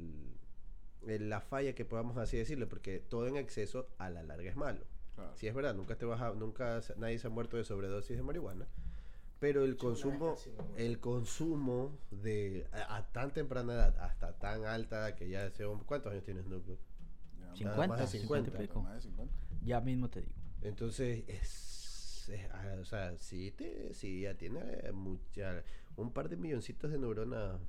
[SPEAKER 4] el- la falla que podamos así decirlo, porque todo en exceso a la larga es malo.
[SPEAKER 1] Claro.
[SPEAKER 4] Si es verdad, nunca te vas a- nunca se- nadie se ha muerto de sobredosis de marihuana, pero el consumo, el consumo de a, a tan temprana edad hasta tan alta edad que ya hace cuántos años tienes Snoop Dogg?
[SPEAKER 1] Ya,
[SPEAKER 4] Nada más de
[SPEAKER 3] 50, 50 y
[SPEAKER 4] 50,
[SPEAKER 3] pico.
[SPEAKER 1] más de 50.
[SPEAKER 3] Ya mismo te digo.
[SPEAKER 4] Entonces, es, es- ah, o sea, sí, te, sí, ya tiene eh, mucha, un par de milloncitos de neuronas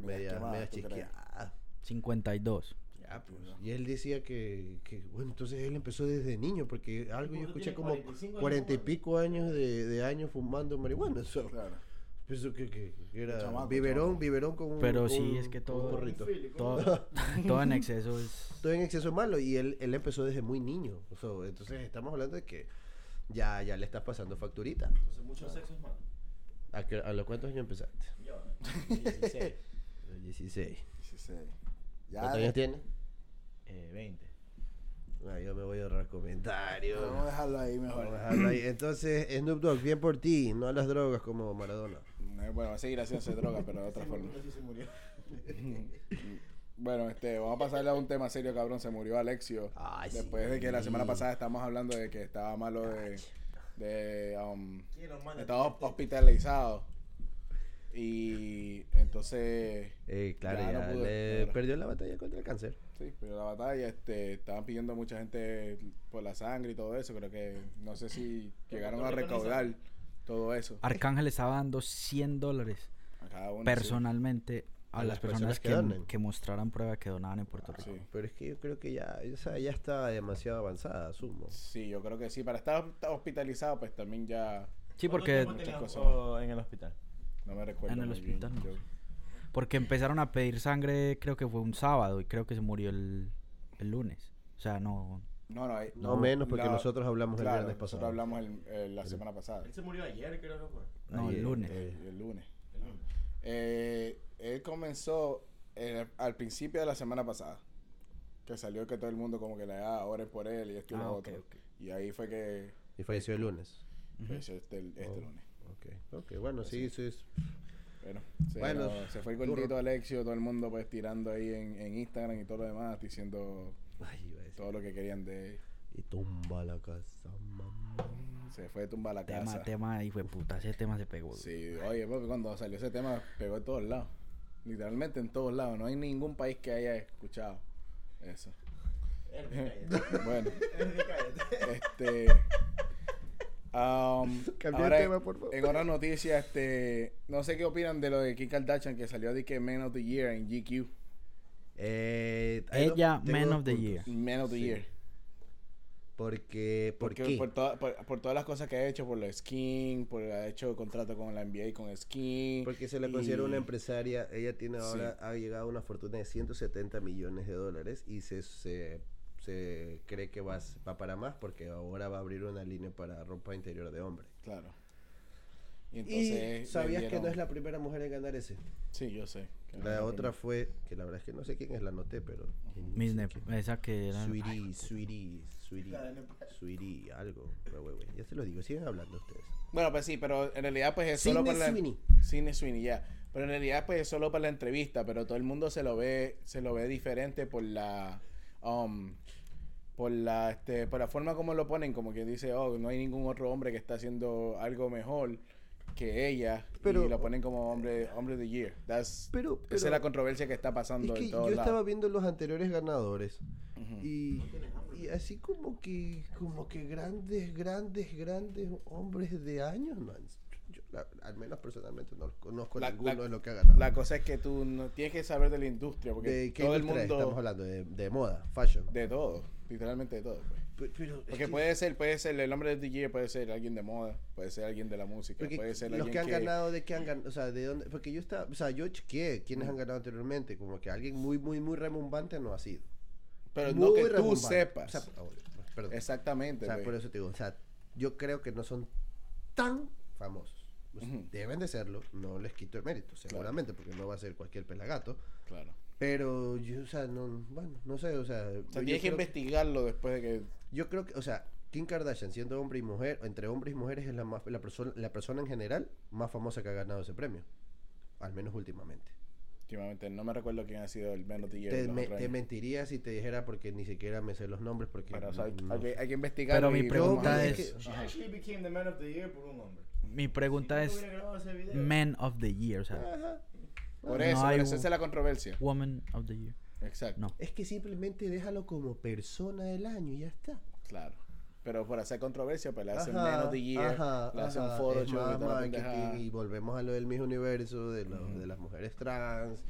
[SPEAKER 1] Medias
[SPEAKER 4] media,
[SPEAKER 1] quemadas,
[SPEAKER 4] media
[SPEAKER 1] ¿tú crees?
[SPEAKER 4] chisqueadas.
[SPEAKER 3] 52.
[SPEAKER 4] Ya, pues. Y él decía que, que, bueno, entonces él empezó desde niño, porque algo yo escuché como 40 y pico años de, de años fumando marihuana. <laughs> eso
[SPEAKER 1] Claro.
[SPEAKER 4] Eso que, que- que era
[SPEAKER 1] Chamaco,
[SPEAKER 4] biberón,
[SPEAKER 1] chamaco.
[SPEAKER 4] biberón con un
[SPEAKER 3] Pero
[SPEAKER 4] con
[SPEAKER 3] sí,
[SPEAKER 4] un-
[SPEAKER 3] es que
[SPEAKER 4] con un
[SPEAKER 3] todo,
[SPEAKER 4] porrito.
[SPEAKER 3] todo, todo en exceso es...
[SPEAKER 4] todo en exceso es malo y él, él empezó desde muy niño. O sea, entonces estamos hablando de que ya, ya le estás pasando facturita.
[SPEAKER 6] Entonces, mucho sexo es malo.
[SPEAKER 4] ¿A, qué- a los cuántos años empezaste?
[SPEAKER 6] Yo,
[SPEAKER 4] <laughs>
[SPEAKER 6] 16,
[SPEAKER 4] 16.
[SPEAKER 1] 16. Ya.
[SPEAKER 4] ¿Cuántos años tienes?
[SPEAKER 6] eh, 20.
[SPEAKER 4] Ah, yo me voy a ahorrar comentarios.
[SPEAKER 1] Vamos a dejarlo ahí
[SPEAKER 4] Vamos a
[SPEAKER 1] mejor.
[SPEAKER 4] dejarlo ahí. Entonces, Snoop Dogg, bien por ti, no a las drogas como Maradona.
[SPEAKER 1] Eh, Bueno, va a seguir haciéndose droga, pero de otra forma. <laughs> Bueno, este, vamos a pasarle a un tema serio, cabrón. Se murió Alexio.
[SPEAKER 4] Ay,
[SPEAKER 1] después de que la semana pasada estábamos hablando de que estaba malo de. de um, estaba hospitalizado. Y entonces.
[SPEAKER 4] Eh, claro,
[SPEAKER 1] Ya,
[SPEAKER 4] ya,
[SPEAKER 1] no pudo,
[SPEAKER 4] le
[SPEAKER 1] claro.
[SPEAKER 4] perdió la batalla contra el cáncer.
[SPEAKER 1] Sí, pero la batalla, este, estaban pidiendo mucha gente por la sangre y todo eso. Creo que no sé si llegaron a recaudar todo eso.
[SPEAKER 3] Arcángel estaba dando 100 dólares
[SPEAKER 1] A cada uno. sí.
[SPEAKER 3] personalmente a
[SPEAKER 4] A
[SPEAKER 3] las
[SPEAKER 4] las
[SPEAKER 3] personas
[SPEAKER 4] personas que
[SPEAKER 3] que,
[SPEAKER 4] donen. Ah,
[SPEAKER 3] que mostraran prueba que donaban en Puerto Rico.
[SPEAKER 1] Sí.
[SPEAKER 4] Pero es que yo creo que ya, o sea, ya está demasiado avanzada, asumo.
[SPEAKER 1] Sí, yo creo que sí. Para estar hospitalizado, pues también ya
[SPEAKER 3] Sí, porque,
[SPEAKER 1] tenías
[SPEAKER 6] en el hospital?
[SPEAKER 1] no me recuerdo.
[SPEAKER 3] En el
[SPEAKER 1] muy bien.
[SPEAKER 3] hospital, no.
[SPEAKER 1] Yo-
[SPEAKER 3] porque empezaron a pedir sangre, creo que fue un sábado y creo que se murió el, el lunes. O sea, no.
[SPEAKER 1] No, no, eh,
[SPEAKER 4] No, menos porque
[SPEAKER 1] la-
[SPEAKER 4] nosotros hablamos
[SPEAKER 1] claro,
[SPEAKER 4] el viernes
[SPEAKER 1] nosotros
[SPEAKER 4] pasado.
[SPEAKER 1] hablamos el- eh, la semana pasada,
[SPEAKER 6] Él se murió ayer, creo que fue.
[SPEAKER 3] No,
[SPEAKER 4] Ahí,
[SPEAKER 3] el lunes.
[SPEAKER 4] eh,
[SPEAKER 1] el lunes. Eh, él comenzó eh, al principio de la semana pasada, que salió que todo el mundo como que le da ores por él y esto y
[SPEAKER 3] Ah,
[SPEAKER 1] lo
[SPEAKER 3] ok,
[SPEAKER 1] otro.
[SPEAKER 3] ok.
[SPEAKER 1] Y ahí fue que
[SPEAKER 4] y falleció el lunes.
[SPEAKER 1] pues, este, este
[SPEAKER 4] Oh.
[SPEAKER 1] lunes.
[SPEAKER 4] Ok, ok, bueno, sí, sí. es-
[SPEAKER 1] Bueno, se,
[SPEAKER 4] Bueno,
[SPEAKER 1] no, se fue el
[SPEAKER 4] duro.
[SPEAKER 1] gordito Alexio, todo el mundo pues tirando ahí en, en Instagram y todo lo demás, diciendo
[SPEAKER 4] Ay, iba a decir.
[SPEAKER 1] todo lo que querían de él.
[SPEAKER 4] Y tumba la casa, mamá.
[SPEAKER 1] Se fue de tumba a la
[SPEAKER 3] Tema,
[SPEAKER 1] casa.
[SPEAKER 3] tema, hijo de puta, ese tema se pegó.
[SPEAKER 4] pues,
[SPEAKER 3] güey.
[SPEAKER 1] Sí, oye, porque cuando salió ese tema pegó en todos lados. Literalmente en todos lados. No hay ningún país que haya escuchado eso. bueno, este. um,
[SPEAKER 4] Cambia el
[SPEAKER 1] ahora,
[SPEAKER 4] tema, por favor.
[SPEAKER 1] En otras noticias, este. No sé qué opinan de lo de Kim Kardashian que salió de que Man of the Year en GQ.
[SPEAKER 4] Eh, hay dos-
[SPEAKER 3] Ella,
[SPEAKER 4] tengo
[SPEAKER 3] man
[SPEAKER 4] dos
[SPEAKER 3] of the
[SPEAKER 4] puntos.
[SPEAKER 3] year.
[SPEAKER 1] Man of the Year.
[SPEAKER 4] Porque, ¿por
[SPEAKER 1] Porque
[SPEAKER 4] qué?
[SPEAKER 1] Por, toda- por- por todas las cosas que ha hecho, por lo de Skin, por ha hecho contrato con la NBA y con Skin.
[SPEAKER 4] Porque se la
[SPEAKER 1] y-
[SPEAKER 4] considera una empresaria. Ella tiene ahora,
[SPEAKER 1] Sí.
[SPEAKER 4] ha llegado a una fortuna de 170 millones de dólares y se, se, se cree que va, a s- va para más porque ahora va a abrir una línea para ropa interior de hombre.
[SPEAKER 1] Claro. Y entonces.
[SPEAKER 4] y
[SPEAKER 1] le
[SPEAKER 4] sabías que no
[SPEAKER 1] dieron-
[SPEAKER 4] es la primera mujer en ganar ese.
[SPEAKER 1] Sí, yo sé. que no es
[SPEAKER 4] La otra
[SPEAKER 1] primera.
[SPEAKER 4] fue, que la verdad es que no sé quién es, la anoté, pero.
[SPEAKER 3] Miss Nep- esa que era. ay,
[SPEAKER 4] Sweetie, sweetie, sweetie, sweetie, algo. Pero, güey, güey, ya se lo digo, sigan hablando ustedes.
[SPEAKER 1] Bueno, pues sí, pero en realidad pues es solo
[SPEAKER 4] Sidney
[SPEAKER 1] para la...
[SPEAKER 4] Sweeney.
[SPEAKER 1] Sidney Sweeney, ya. Pero en realidad pues es solo para la entrevista, pero todo el mundo se lo ve, se lo ve diferente por la... um, por la, este, por la forma como lo ponen, como que dice, oh, no hay ningún otro hombre que está haciendo algo mejor que ella.
[SPEAKER 4] Pero-
[SPEAKER 1] y lo ponen como hombre, hombre de year. That's-
[SPEAKER 4] Pero- pero-
[SPEAKER 1] esa es la controversia que está
[SPEAKER 4] Es
[SPEAKER 1] pasando
[SPEAKER 4] que
[SPEAKER 1] en
[SPEAKER 4] yo
[SPEAKER 1] todos
[SPEAKER 4] estaba
[SPEAKER 1] lados.
[SPEAKER 4] viendo los anteriores ganadores
[SPEAKER 1] Ujú.
[SPEAKER 4] y, y así como que como que grandes, grandes, grandes hombres de años no han- yo la- al menos personalmente no conozco
[SPEAKER 1] La-
[SPEAKER 4] ninguno
[SPEAKER 1] la-
[SPEAKER 4] de los que ha ganado.
[SPEAKER 1] La cosa es que tú no, tienes que saber de la industria, porque
[SPEAKER 4] ¿De qué
[SPEAKER 1] todo el
[SPEAKER 4] industria
[SPEAKER 1] mundo...
[SPEAKER 4] estamos hablando? De, de moda, fashion.
[SPEAKER 1] De todo, literalmente de todo. pues.
[SPEAKER 4] Pe- pero es
[SPEAKER 1] Porque
[SPEAKER 4] que-
[SPEAKER 1] puede ser, puede ser, el hombre de DJ puede ser alguien de moda, puede ser alguien de la música,
[SPEAKER 4] porque
[SPEAKER 1] puede ser
[SPEAKER 4] los
[SPEAKER 1] alguien
[SPEAKER 4] que han ganado, de qué han ganado, o sea, de dónde, porque yo estaba, o sea, yo chequeé quiénes han ganado anteriormente, como que alguien muy, muy, muy remumbante no ha sido.
[SPEAKER 1] Pero
[SPEAKER 4] Muy
[SPEAKER 1] no que tú
[SPEAKER 4] remumbante.
[SPEAKER 1] sepas.
[SPEAKER 4] O sea, oh, perdón.
[SPEAKER 1] Exactamente. pues.
[SPEAKER 4] O sea,
[SPEAKER 1] güey.
[SPEAKER 4] por eso te digo, o sea, yo creo que no son tan famosos. O sea,
[SPEAKER 1] Ujú.
[SPEAKER 4] Deben de serlo, no les quito el mérito, seguramente, porque no va a ser cualquier pelagato.
[SPEAKER 1] Claro.
[SPEAKER 4] Pero yo, o sea, no, bueno, no sé, o sea,
[SPEAKER 1] O sea,
[SPEAKER 4] yo
[SPEAKER 1] tienes que
[SPEAKER 4] creo-
[SPEAKER 1] investigarlo después de que...
[SPEAKER 4] yo creo que, o sea, Kim Kardashian siendo hombre y mujer, o entre hombres y mujeres es la más la persona la persona en general más famosa que ha ganado ese premio, al menos últimamente.
[SPEAKER 1] Últimamente no me recuerdo quién ha sido el menos DJ.
[SPEAKER 4] Te, me- te mentiría si te dijera porque ni siquiera me sé los nombres porque
[SPEAKER 1] Pero, o sea, hay,
[SPEAKER 4] no-
[SPEAKER 1] hay que- hay que investigarlo.
[SPEAKER 3] Pero mi
[SPEAKER 1] y-
[SPEAKER 3] pregunta
[SPEAKER 1] Ajá.
[SPEAKER 4] Yo-
[SPEAKER 3] es-
[SPEAKER 6] She actually became the man of the year por un hombre.
[SPEAKER 3] Mi pregunta
[SPEAKER 6] Si
[SPEAKER 3] es:
[SPEAKER 6] no hubiera grabado ese video,
[SPEAKER 3] Man of the Year, o sea,
[SPEAKER 4] Ajá.
[SPEAKER 1] Por
[SPEAKER 3] No
[SPEAKER 1] eso, por
[SPEAKER 3] hay
[SPEAKER 1] eso
[SPEAKER 3] un-
[SPEAKER 1] esa es la controversia.
[SPEAKER 3] Woman of the Year.
[SPEAKER 1] Exacto.
[SPEAKER 3] No.
[SPEAKER 4] Es que simplemente déjalo como persona del año y ya está.
[SPEAKER 1] Claro. Pero por hacer controversia, pues le hacen
[SPEAKER 4] Ajá,
[SPEAKER 1] menos DJ,
[SPEAKER 4] ajá,
[SPEAKER 1] le hacen
[SPEAKER 4] ajá,
[SPEAKER 1] photoshop
[SPEAKER 4] es
[SPEAKER 1] y
[SPEAKER 4] más
[SPEAKER 1] toda la
[SPEAKER 4] marketing,
[SPEAKER 1] pendejada.
[SPEAKER 4] y volvemos a lo del mismo universo de, los- de las mujeres trans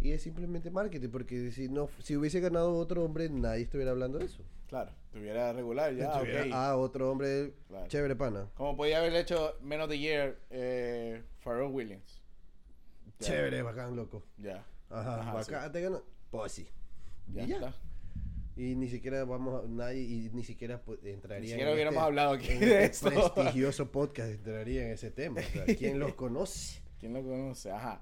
[SPEAKER 4] y es simplemente marketing porque si no si hubiese ganado otro hombre nadie estuviera hablando de eso
[SPEAKER 1] Claro. Tuviera regular ya,
[SPEAKER 4] Estuviera,
[SPEAKER 1] ok.
[SPEAKER 4] ah otro hombre
[SPEAKER 1] Claro.
[SPEAKER 4] chévere pana
[SPEAKER 1] Como podía haber hecho Man of the Year eh, Pharrell Williams. Ya,
[SPEAKER 4] chévere bacán loco
[SPEAKER 1] Ya.
[SPEAKER 4] ajá,
[SPEAKER 1] Ajá,
[SPEAKER 4] bacán te ganó pues sí
[SPEAKER 1] Ya,
[SPEAKER 4] y ya.
[SPEAKER 1] está.
[SPEAKER 4] y ni siquiera vamos a, nadie y ni siquiera pues, entraría
[SPEAKER 1] Ni
[SPEAKER 4] en
[SPEAKER 1] siquiera hubiéramos
[SPEAKER 4] este-
[SPEAKER 1] hablado aquí
[SPEAKER 4] en
[SPEAKER 1] de
[SPEAKER 4] este
[SPEAKER 1] esto.
[SPEAKER 4] prestigioso
[SPEAKER 1] <laughs>
[SPEAKER 4] podcast entraría en ese tema o sea, quién los conoce
[SPEAKER 1] ¿Quién lo conoce? Ajá.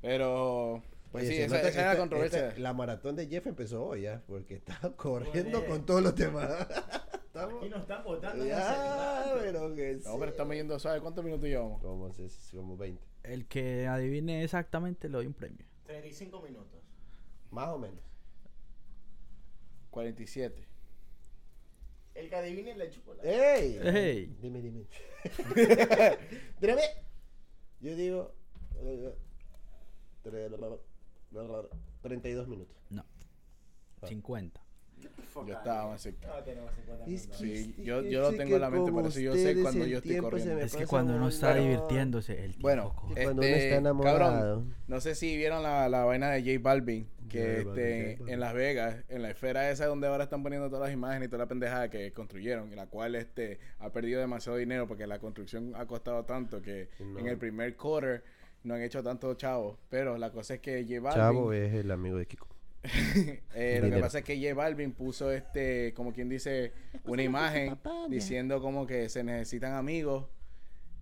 [SPEAKER 1] Pero, Pues
[SPEAKER 4] Oye,
[SPEAKER 1] sí,
[SPEAKER 4] se
[SPEAKER 1] esa,
[SPEAKER 4] nota que
[SPEAKER 1] esa era la
[SPEAKER 4] esta-
[SPEAKER 1] controversia.
[SPEAKER 4] esta- la maratón de Jeff empezó hoy ya, porque está corriendo con todos los temas. <laughs> Estamos-
[SPEAKER 6] Aquí nos están votando.
[SPEAKER 4] ya, pero que
[SPEAKER 1] No, pero estamos yendo, ¿sabes cuántos minutos llevamos?
[SPEAKER 4] Como, ses- como 20.
[SPEAKER 3] El que adivine exactamente le doy un premio.
[SPEAKER 6] 35 minutos.
[SPEAKER 4] Más o menos.
[SPEAKER 1] 47.
[SPEAKER 6] El que adivine le chupo
[SPEAKER 4] Eh.
[SPEAKER 6] la.
[SPEAKER 4] ¡Ey!
[SPEAKER 3] Ey.
[SPEAKER 4] Dime, dime. <laughs> Dígame. Yo digo. eh, tre- la- la- la- la- 32 minutos.
[SPEAKER 3] No.
[SPEAKER 4] Ah.
[SPEAKER 3] 50.
[SPEAKER 1] Yo estaba más cerca.
[SPEAKER 6] No tenemos 50 minutos.
[SPEAKER 1] Sí, yo- yo lo tengo en la mente, por eso yo sé cuando yo estoy corriendo.
[SPEAKER 3] Es que cuando uno está divirtiéndose, el tiempo
[SPEAKER 1] Bueno,
[SPEAKER 3] corre.
[SPEAKER 4] eh, Cuando uno
[SPEAKER 1] este,
[SPEAKER 4] está enamorado.
[SPEAKER 1] cabrón, no sé si vieron la, la vaina de J Balvin, que
[SPEAKER 4] J Balvin,
[SPEAKER 1] este,
[SPEAKER 4] J Balvin.
[SPEAKER 1] en Las Vegas, en la esfera esa donde ahora están poniendo todas las imágenes y toda la pendejada que construyeron, la cual este ha perdido demasiado dinero porque la construcción ha costado tanto que
[SPEAKER 4] No.
[SPEAKER 1] en el primer quarter no han hecho tanto chavo. Pero la cosa es que J Balvin...
[SPEAKER 4] Chavo es el amigo de Kiko.
[SPEAKER 1] Eh, lo que
[SPEAKER 4] Dinero.
[SPEAKER 1] pasa es que J Balvin puso este, como quien dice, una imagen diciendo como que se necesitan amigos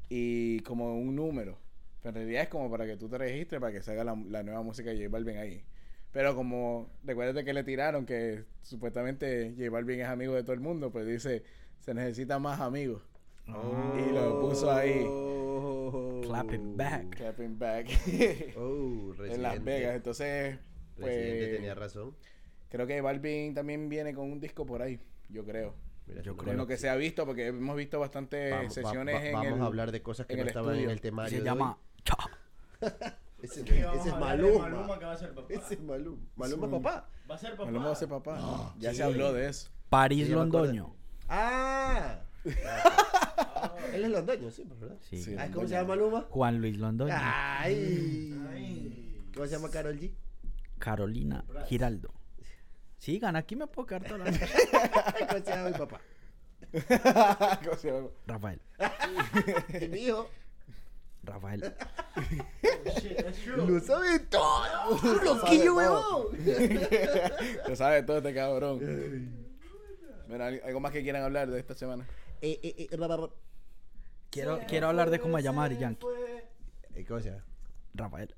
[SPEAKER 1] y como un número. Pero en realidad es como para que tú te registres para que salga la, la nueva música de J Balvin ahí. Pero como, recuérdate que le tiraron que supuestamente J Balvin es amigo de todo el mundo, pues dice, se necesitan más amigos. Y lo
[SPEAKER 4] Oh.
[SPEAKER 3] Oh.
[SPEAKER 1] puso ahí,
[SPEAKER 4] uh,
[SPEAKER 3] Clapping back.
[SPEAKER 1] clapping back, <laughs>
[SPEAKER 4] Oh,
[SPEAKER 1] en Las
[SPEAKER 4] Residente.
[SPEAKER 1] Vegas. Entonces,
[SPEAKER 4] Residente tenía
[SPEAKER 1] pues,
[SPEAKER 4] razón.
[SPEAKER 1] creo que J Balvin también viene con un disco por ahí, yo creo.
[SPEAKER 4] Mira,
[SPEAKER 3] Yo
[SPEAKER 4] no
[SPEAKER 3] creo
[SPEAKER 1] con lo que se ha visto, porque hemos visto bastantes
[SPEAKER 4] Vamos- va-
[SPEAKER 1] eh, sesiones
[SPEAKER 4] va-
[SPEAKER 1] en
[SPEAKER 4] vamos
[SPEAKER 1] el...
[SPEAKER 4] a hablar de cosas que
[SPEAKER 1] en
[SPEAKER 4] no
[SPEAKER 1] el
[SPEAKER 4] estaban
[SPEAKER 1] estudio.
[SPEAKER 4] en el temario.
[SPEAKER 3] Se
[SPEAKER 4] de
[SPEAKER 3] llama
[SPEAKER 4] hoy.
[SPEAKER 3] Cha.
[SPEAKER 4] Ese,
[SPEAKER 6] Sí, vamos
[SPEAKER 4] ese
[SPEAKER 6] a
[SPEAKER 4] es
[SPEAKER 6] hablar de
[SPEAKER 4] Maluma.
[SPEAKER 6] Maluma que va a ser papá.
[SPEAKER 4] Ese es Maluma. Maluma, papá.
[SPEAKER 6] Va a ser papá.
[SPEAKER 1] Maluma va a ser papá. ya se habló de eso. <laughs>
[SPEAKER 3] París
[SPEAKER 4] Sí, yo me acuerdo.
[SPEAKER 3] Londoño.
[SPEAKER 4] ¡Ah! Él es londoño, sí, Ah. pues, ¿verdad?
[SPEAKER 3] Sí.
[SPEAKER 1] Sí.
[SPEAKER 4] Ah, ¿Cómo se llama Maluma?
[SPEAKER 3] Juan Luis Londoño.
[SPEAKER 4] ¡Ay! ¿Cómo se llama Carol <laughs> G?
[SPEAKER 3] Carolina Giraldo. Sigan, aquí me puedo quedar toda la
[SPEAKER 4] <laughs>
[SPEAKER 3] noche.
[SPEAKER 4] ¿Cómo se llama mi papá?
[SPEAKER 1] ¿Cómo se llama?
[SPEAKER 3] Rafael.
[SPEAKER 4] Y mi hijo.
[SPEAKER 3] Rafael.
[SPEAKER 6] Shit, that's true.
[SPEAKER 4] ¡Lo sabe todo!
[SPEAKER 1] sabe
[SPEAKER 4] ¡Loquillo,
[SPEAKER 1] todo. <laughs>
[SPEAKER 4] huevón!
[SPEAKER 1] Lo sabe todo este cabrón. Mira, ¿al- ¿algo más que quieran hablar de esta semana?
[SPEAKER 4] Eh, eh, eh, ra, ra, ra.
[SPEAKER 3] Quiero, quiero hablar de cómo se llama Ari Yankee.
[SPEAKER 6] Fue-
[SPEAKER 4] Eh, ¿Cómo se llama? <laughs>
[SPEAKER 3] Rafael.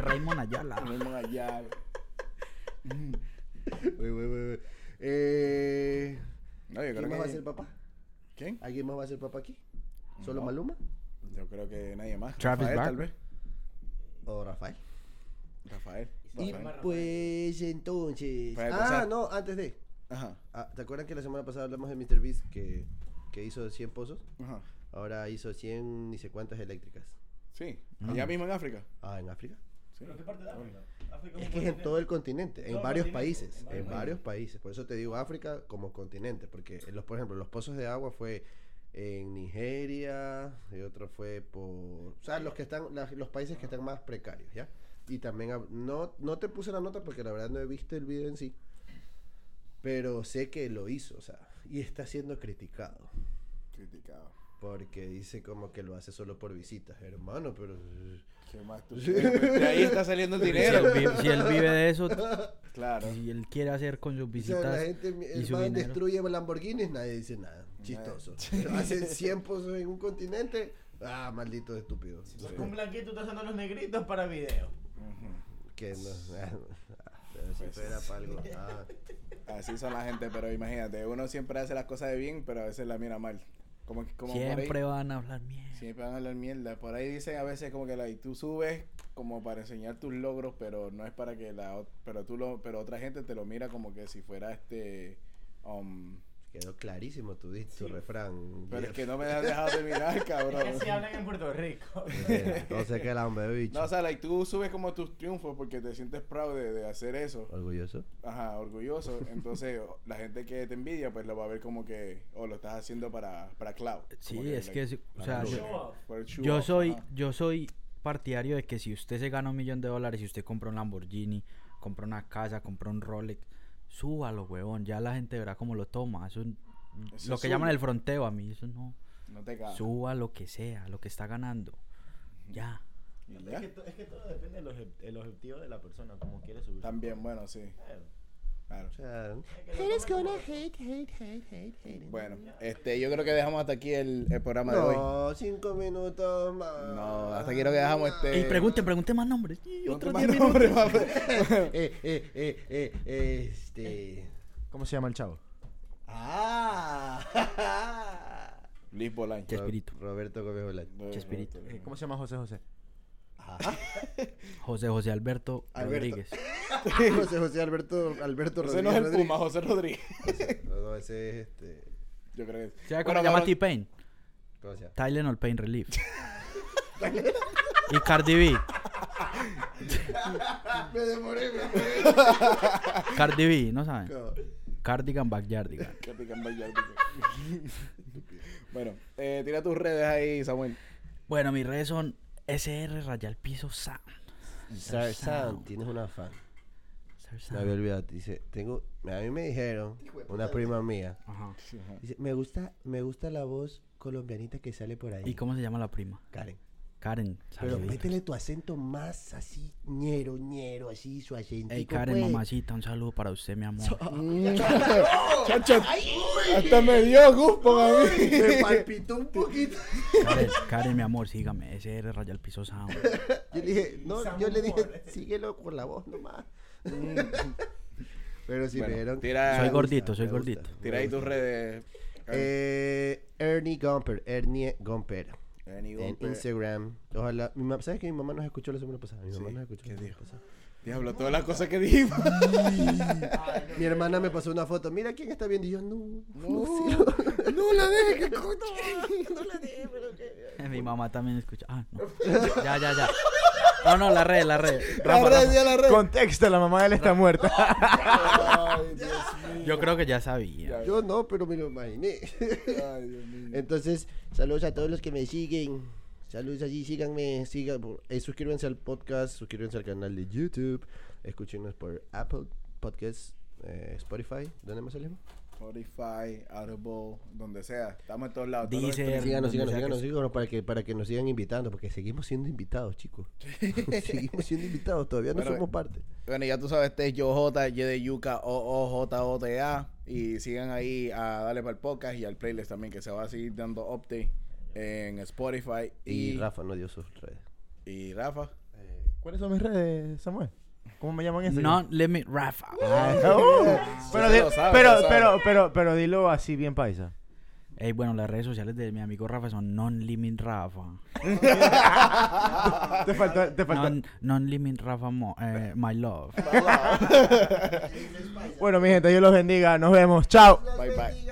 [SPEAKER 3] Raymond Ayala.
[SPEAKER 1] Tenemos allá.
[SPEAKER 4] Uy, uy, uy, uy. Eh,
[SPEAKER 1] No, yo creo
[SPEAKER 4] ¿Quién más va a
[SPEAKER 1] que...
[SPEAKER 4] ser papá?
[SPEAKER 1] ¿Quién?
[SPEAKER 4] ¿Alguien más va a ser papá aquí? ¿Solo
[SPEAKER 1] No.
[SPEAKER 4] Maluma?
[SPEAKER 1] Yo creo que nadie más.
[SPEAKER 3] Travis
[SPEAKER 1] Rafael, tal vez.
[SPEAKER 3] Barker.
[SPEAKER 4] ¿O Rafael?
[SPEAKER 1] Rafael.
[SPEAKER 4] Y
[SPEAKER 1] Rafael.
[SPEAKER 4] pues entonces.
[SPEAKER 1] Para
[SPEAKER 4] Ah,
[SPEAKER 1] empezar.
[SPEAKER 4] no, antes de.
[SPEAKER 1] Ajá.
[SPEAKER 4] Ah, ¿Te acuerdan que la semana pasada hablamos de Mr. Beast que, que hizo 100 pozos?
[SPEAKER 1] Ajá.
[SPEAKER 4] Ahora hizo 100 ni sé cuántas eléctricas.
[SPEAKER 1] Sí.
[SPEAKER 4] Mm.
[SPEAKER 1] Allá mismo en África.
[SPEAKER 4] Ah, en África.
[SPEAKER 1] Sí.
[SPEAKER 6] ¿Pero qué parte de África? África
[SPEAKER 4] Es que es
[SPEAKER 6] un
[SPEAKER 4] en
[SPEAKER 6] continente.
[SPEAKER 4] todo el continente, en
[SPEAKER 6] Todo el
[SPEAKER 4] varios
[SPEAKER 6] continente,
[SPEAKER 4] países,
[SPEAKER 6] en varios
[SPEAKER 4] en varios países. Por eso te digo África como continente, porque los, por ejemplo, los pozos de agua fue en Nigeria, y otro fue por, o sea, los que están, las- los países que están más precarios, ¿ya? Y también hab- no, no te puse la nota porque la verdad no he visto el video en sí, pero sé que lo hizo, o sea, y está siendo criticado.
[SPEAKER 1] Criticado.
[SPEAKER 4] Porque dice como que lo hace solo por visitas, hermano, pero...
[SPEAKER 1] ¿Qué más tú quieres? De ahí está saliendo el
[SPEAKER 3] Si él,
[SPEAKER 1] dinero.
[SPEAKER 3] vive, si él vive de eso,
[SPEAKER 1] Claro.
[SPEAKER 3] si él quiere hacer con sus
[SPEAKER 4] O sea, la
[SPEAKER 3] visitas
[SPEAKER 4] gente,
[SPEAKER 3] y
[SPEAKER 4] el
[SPEAKER 3] su
[SPEAKER 4] man
[SPEAKER 3] dinero.
[SPEAKER 4] destruye Lamborghinis, nadie dice nada.
[SPEAKER 1] <laughs>
[SPEAKER 4] Chistoso. Pero Hacen 100 pozos en un continente. Ah, maldito estúpido.
[SPEAKER 6] Pues Un blanquito está usando los negritos para video.
[SPEAKER 4] Que no. Pero
[SPEAKER 1] Pues
[SPEAKER 4] si fuera para algo. Ah,
[SPEAKER 1] Así son la gente, pero imagínate, uno siempre hace las cosas de bien, pero a veces la mira mal. Como, como por ahí-
[SPEAKER 3] siempre van a hablar mierda.
[SPEAKER 1] Siempre van a hablar mierda. Por ahí dicen a veces como que la, y tú subes como para enseñar tus logros, pero no es para que la ot- pero tú lo pero otra gente te lo mira como que si fuera este um,
[SPEAKER 4] quedó clarísimo tu, di- tu refrán.
[SPEAKER 1] pero es que no me has dejado terminar, cabrón.
[SPEAKER 6] <laughs> Es que si hablan en Puerto Rico.
[SPEAKER 4] <laughs> No sé qué era, hombre, bicho.
[SPEAKER 1] No, o sea, like, tú subes como tus triunfos porque te sientes proud de, de hacer eso.
[SPEAKER 4] Orgulloso.
[SPEAKER 1] Ajá, orgulloso. Entonces, o- la gente que te envidia, pues lo va a ver como que, o lo estás haciendo para, para cloud.
[SPEAKER 3] Sí, es que, sí, o sea,
[SPEAKER 6] Show
[SPEAKER 3] yo,
[SPEAKER 6] off.
[SPEAKER 3] yo soy, yo soy partidario de que si usted se gana un millón de dólares, si usted compra un Lamborghini, compra una casa, compra un Rolex, súbalo, huevón. Ya la gente verá cómo lo toma. Eso,
[SPEAKER 1] Eso
[SPEAKER 3] lo
[SPEAKER 1] es
[SPEAKER 3] que llaman
[SPEAKER 1] suyo.
[SPEAKER 3] el fronteo a mí, eso no.
[SPEAKER 1] No te cagas.
[SPEAKER 3] Suba lo que sea, lo que está ganando. Ya.
[SPEAKER 1] Y
[SPEAKER 6] Es
[SPEAKER 1] ya.
[SPEAKER 6] que, to- es que todo depende del obje- el objetivo de la persona, como quiere subir.
[SPEAKER 1] También, bueno, sí.
[SPEAKER 6] Claro.
[SPEAKER 1] Claro.
[SPEAKER 4] Chao.
[SPEAKER 5] Haters gonna hate, hate, hate, hate, hate.
[SPEAKER 1] Bueno, este, yo creo que dejamos hasta aquí el, el programa de hoy.
[SPEAKER 4] No, cinco minutos más.
[SPEAKER 1] No, hasta aquí lo que dejamos este.
[SPEAKER 3] Y pregunten, pregunten más nombres. Y
[SPEAKER 1] Ponte
[SPEAKER 3] otros
[SPEAKER 1] más
[SPEAKER 3] 10 minutos.
[SPEAKER 1] nombre, papá.
[SPEAKER 3] <laughs>
[SPEAKER 4] Eh, eh, eh, eh, eh, este.
[SPEAKER 6] ¿Cómo se llama el chavo?
[SPEAKER 4] Ah.
[SPEAKER 1] Luis Bolaño.
[SPEAKER 3] Chespirito.
[SPEAKER 4] Roberto Gómez Bolaño.
[SPEAKER 1] No, no,
[SPEAKER 3] Chespirito.
[SPEAKER 1] no, no,
[SPEAKER 6] Eh,
[SPEAKER 1] no.
[SPEAKER 6] ¿Cómo se llama José José?
[SPEAKER 3] José José Alberto,
[SPEAKER 4] Alberto.
[SPEAKER 3] Rodríguez.
[SPEAKER 4] <laughs> José José Alberto, Alberto
[SPEAKER 1] Ese
[SPEAKER 4] Rodríguez.
[SPEAKER 1] no es el
[SPEAKER 4] Rodríguez.
[SPEAKER 1] Puma, José Rodríguez. <laughs>
[SPEAKER 4] No, no, ese es este.
[SPEAKER 1] Yo creo que es. Bueno,
[SPEAKER 3] ¿Sabes cómo llama
[SPEAKER 1] cabrón,
[SPEAKER 3] T-Pain?
[SPEAKER 4] ¿Cómo se llama?
[SPEAKER 3] Tylenol Pain Relief. y Cardi B.
[SPEAKER 4] Me demoré, me demoré.
[SPEAKER 3] Cardi B, ¿no saben?
[SPEAKER 4] No.
[SPEAKER 3] Cardigan Backyardigan.
[SPEAKER 1] que pican bailar, pican. <laughs> bueno, eh, tira tus redes ahí, Samuel.
[SPEAKER 3] Bueno, mis redes son SR Rayal Piso Sound.
[SPEAKER 4] Sar Sound, tienes una fan.
[SPEAKER 3] Sar
[SPEAKER 4] Me había
[SPEAKER 3] Sound.
[SPEAKER 4] olvidado. Dice, tengo. A mí me dijeron, una prima mía.
[SPEAKER 3] Ajá.
[SPEAKER 4] Dice, me gusta, me gusta la voz colombianita que sale por ahí.
[SPEAKER 3] ¿Y cómo se llama la prima?
[SPEAKER 4] Karen.
[SPEAKER 3] Karen.
[SPEAKER 4] Pero
[SPEAKER 3] saluditos.
[SPEAKER 4] métele tu acento más así, ñero, ñero, así, su pues". acento.
[SPEAKER 3] Ey, Karen, mamacita, un saludo para usted, mi amor.
[SPEAKER 1] Chacho, hasta me dio gusto a mí.
[SPEAKER 4] Me palpitó un poquito.
[SPEAKER 3] Karen, Karen, mi amor, sígame. SR Rayal Piso Sound.
[SPEAKER 4] Yo le dije, no, yo le dije, síguelo con la voz nomás. Pero si
[SPEAKER 1] Bueno,
[SPEAKER 4] me dieron.
[SPEAKER 1] tira-
[SPEAKER 3] Soy
[SPEAKER 4] me
[SPEAKER 3] gordito, soy
[SPEAKER 4] me gusta,
[SPEAKER 3] gordito.
[SPEAKER 4] me
[SPEAKER 1] Tira ahí tus
[SPEAKER 4] gusta.
[SPEAKER 1] redes.
[SPEAKER 4] Eh, Ernie Gomper, Ernie Gomper.
[SPEAKER 1] Ernie
[SPEAKER 4] En
[SPEAKER 1] Gomper.
[SPEAKER 4] Instagram. Ojalá. Mi mam- ¿Sabes que mi mamá nos escuchó la semana pasada? Mi mamá
[SPEAKER 1] Sí,
[SPEAKER 4] nos escuchó.
[SPEAKER 1] ¿qué
[SPEAKER 4] la semana
[SPEAKER 1] dijo?
[SPEAKER 4] pasada.
[SPEAKER 1] Diablo, todas las cosas que dijimos.
[SPEAKER 4] Mi hermana me pasó una foto. Mira quién está viendo. Y yo, no. No, <laughs> sé.
[SPEAKER 1] no la dejes que escuche.
[SPEAKER 3] Mi mamá también escucha. Ah,
[SPEAKER 4] <laughs>
[SPEAKER 3] no. Ya, ya, ya. No, no, la red, la red.
[SPEAKER 1] La
[SPEAKER 3] Rafa,
[SPEAKER 1] red,
[SPEAKER 3] Rafa.
[SPEAKER 1] ya la red.
[SPEAKER 6] Contexto, la mamá de él está muerta.
[SPEAKER 1] <laughs> Ay, Dios mío.
[SPEAKER 3] Yo creo que ya sabía.
[SPEAKER 4] Yo no, pero me lo imaginé.
[SPEAKER 1] Ay, Dios mío.
[SPEAKER 4] Entonces, saludos a todos los que me siguen. Saludos allí, síganme, sigan, por- eh, suscríbanse al podcast, suscríbanse al canal de YouTube, escúchenos por Apple Podcasts, eh, Spotify, ¿dónde más salimos?
[SPEAKER 3] Eh,
[SPEAKER 1] Spotify, Audible, donde sea. Estamos en todos lados. todos los
[SPEAKER 3] Deezer.
[SPEAKER 1] streams.
[SPEAKER 3] donde
[SPEAKER 4] Síganos, síganos,
[SPEAKER 3] sea que
[SPEAKER 4] síganos,
[SPEAKER 3] sea.
[SPEAKER 4] síganos para que, para que nos sigan invitando, porque seguimos siendo invitados,
[SPEAKER 3] <laughs>
[SPEAKER 4] chicos. seguimos siendo invitados, todavía no
[SPEAKER 1] Bueno,
[SPEAKER 4] somos parte.
[SPEAKER 1] Bueno, ya tú sabes, este es yo J, Y de Yuca, O, O, J, O, T, A. Y sigan ahí a darle para el podcast y al playlist también, que se va a seguir dando update en Spotify.
[SPEAKER 4] Y, Rafa no dio sus redes.
[SPEAKER 1] Y Rafa.
[SPEAKER 6] ¿Cuáles son mis redes, Samuel? ¿Cómo me llaman eso? Ah, uh.
[SPEAKER 3] No limit Rafa.
[SPEAKER 6] pero,
[SPEAKER 1] se
[SPEAKER 6] di-
[SPEAKER 1] lo sabe,
[SPEAKER 6] pero,
[SPEAKER 1] se lo
[SPEAKER 6] pero,
[SPEAKER 1] sabe.
[SPEAKER 6] pero, pero dilo así bien paisa.
[SPEAKER 3] Ey, bueno, las redes sociales de mi amigo Rafa son non-limit Rafa.
[SPEAKER 6] Te faltó, te faltó.
[SPEAKER 3] Non- Non-limit Rafa, mo- eh, my love.
[SPEAKER 6] Bueno, mi gente, Dios los bendiga. Nos vemos. Chao.
[SPEAKER 1] Bye, bye.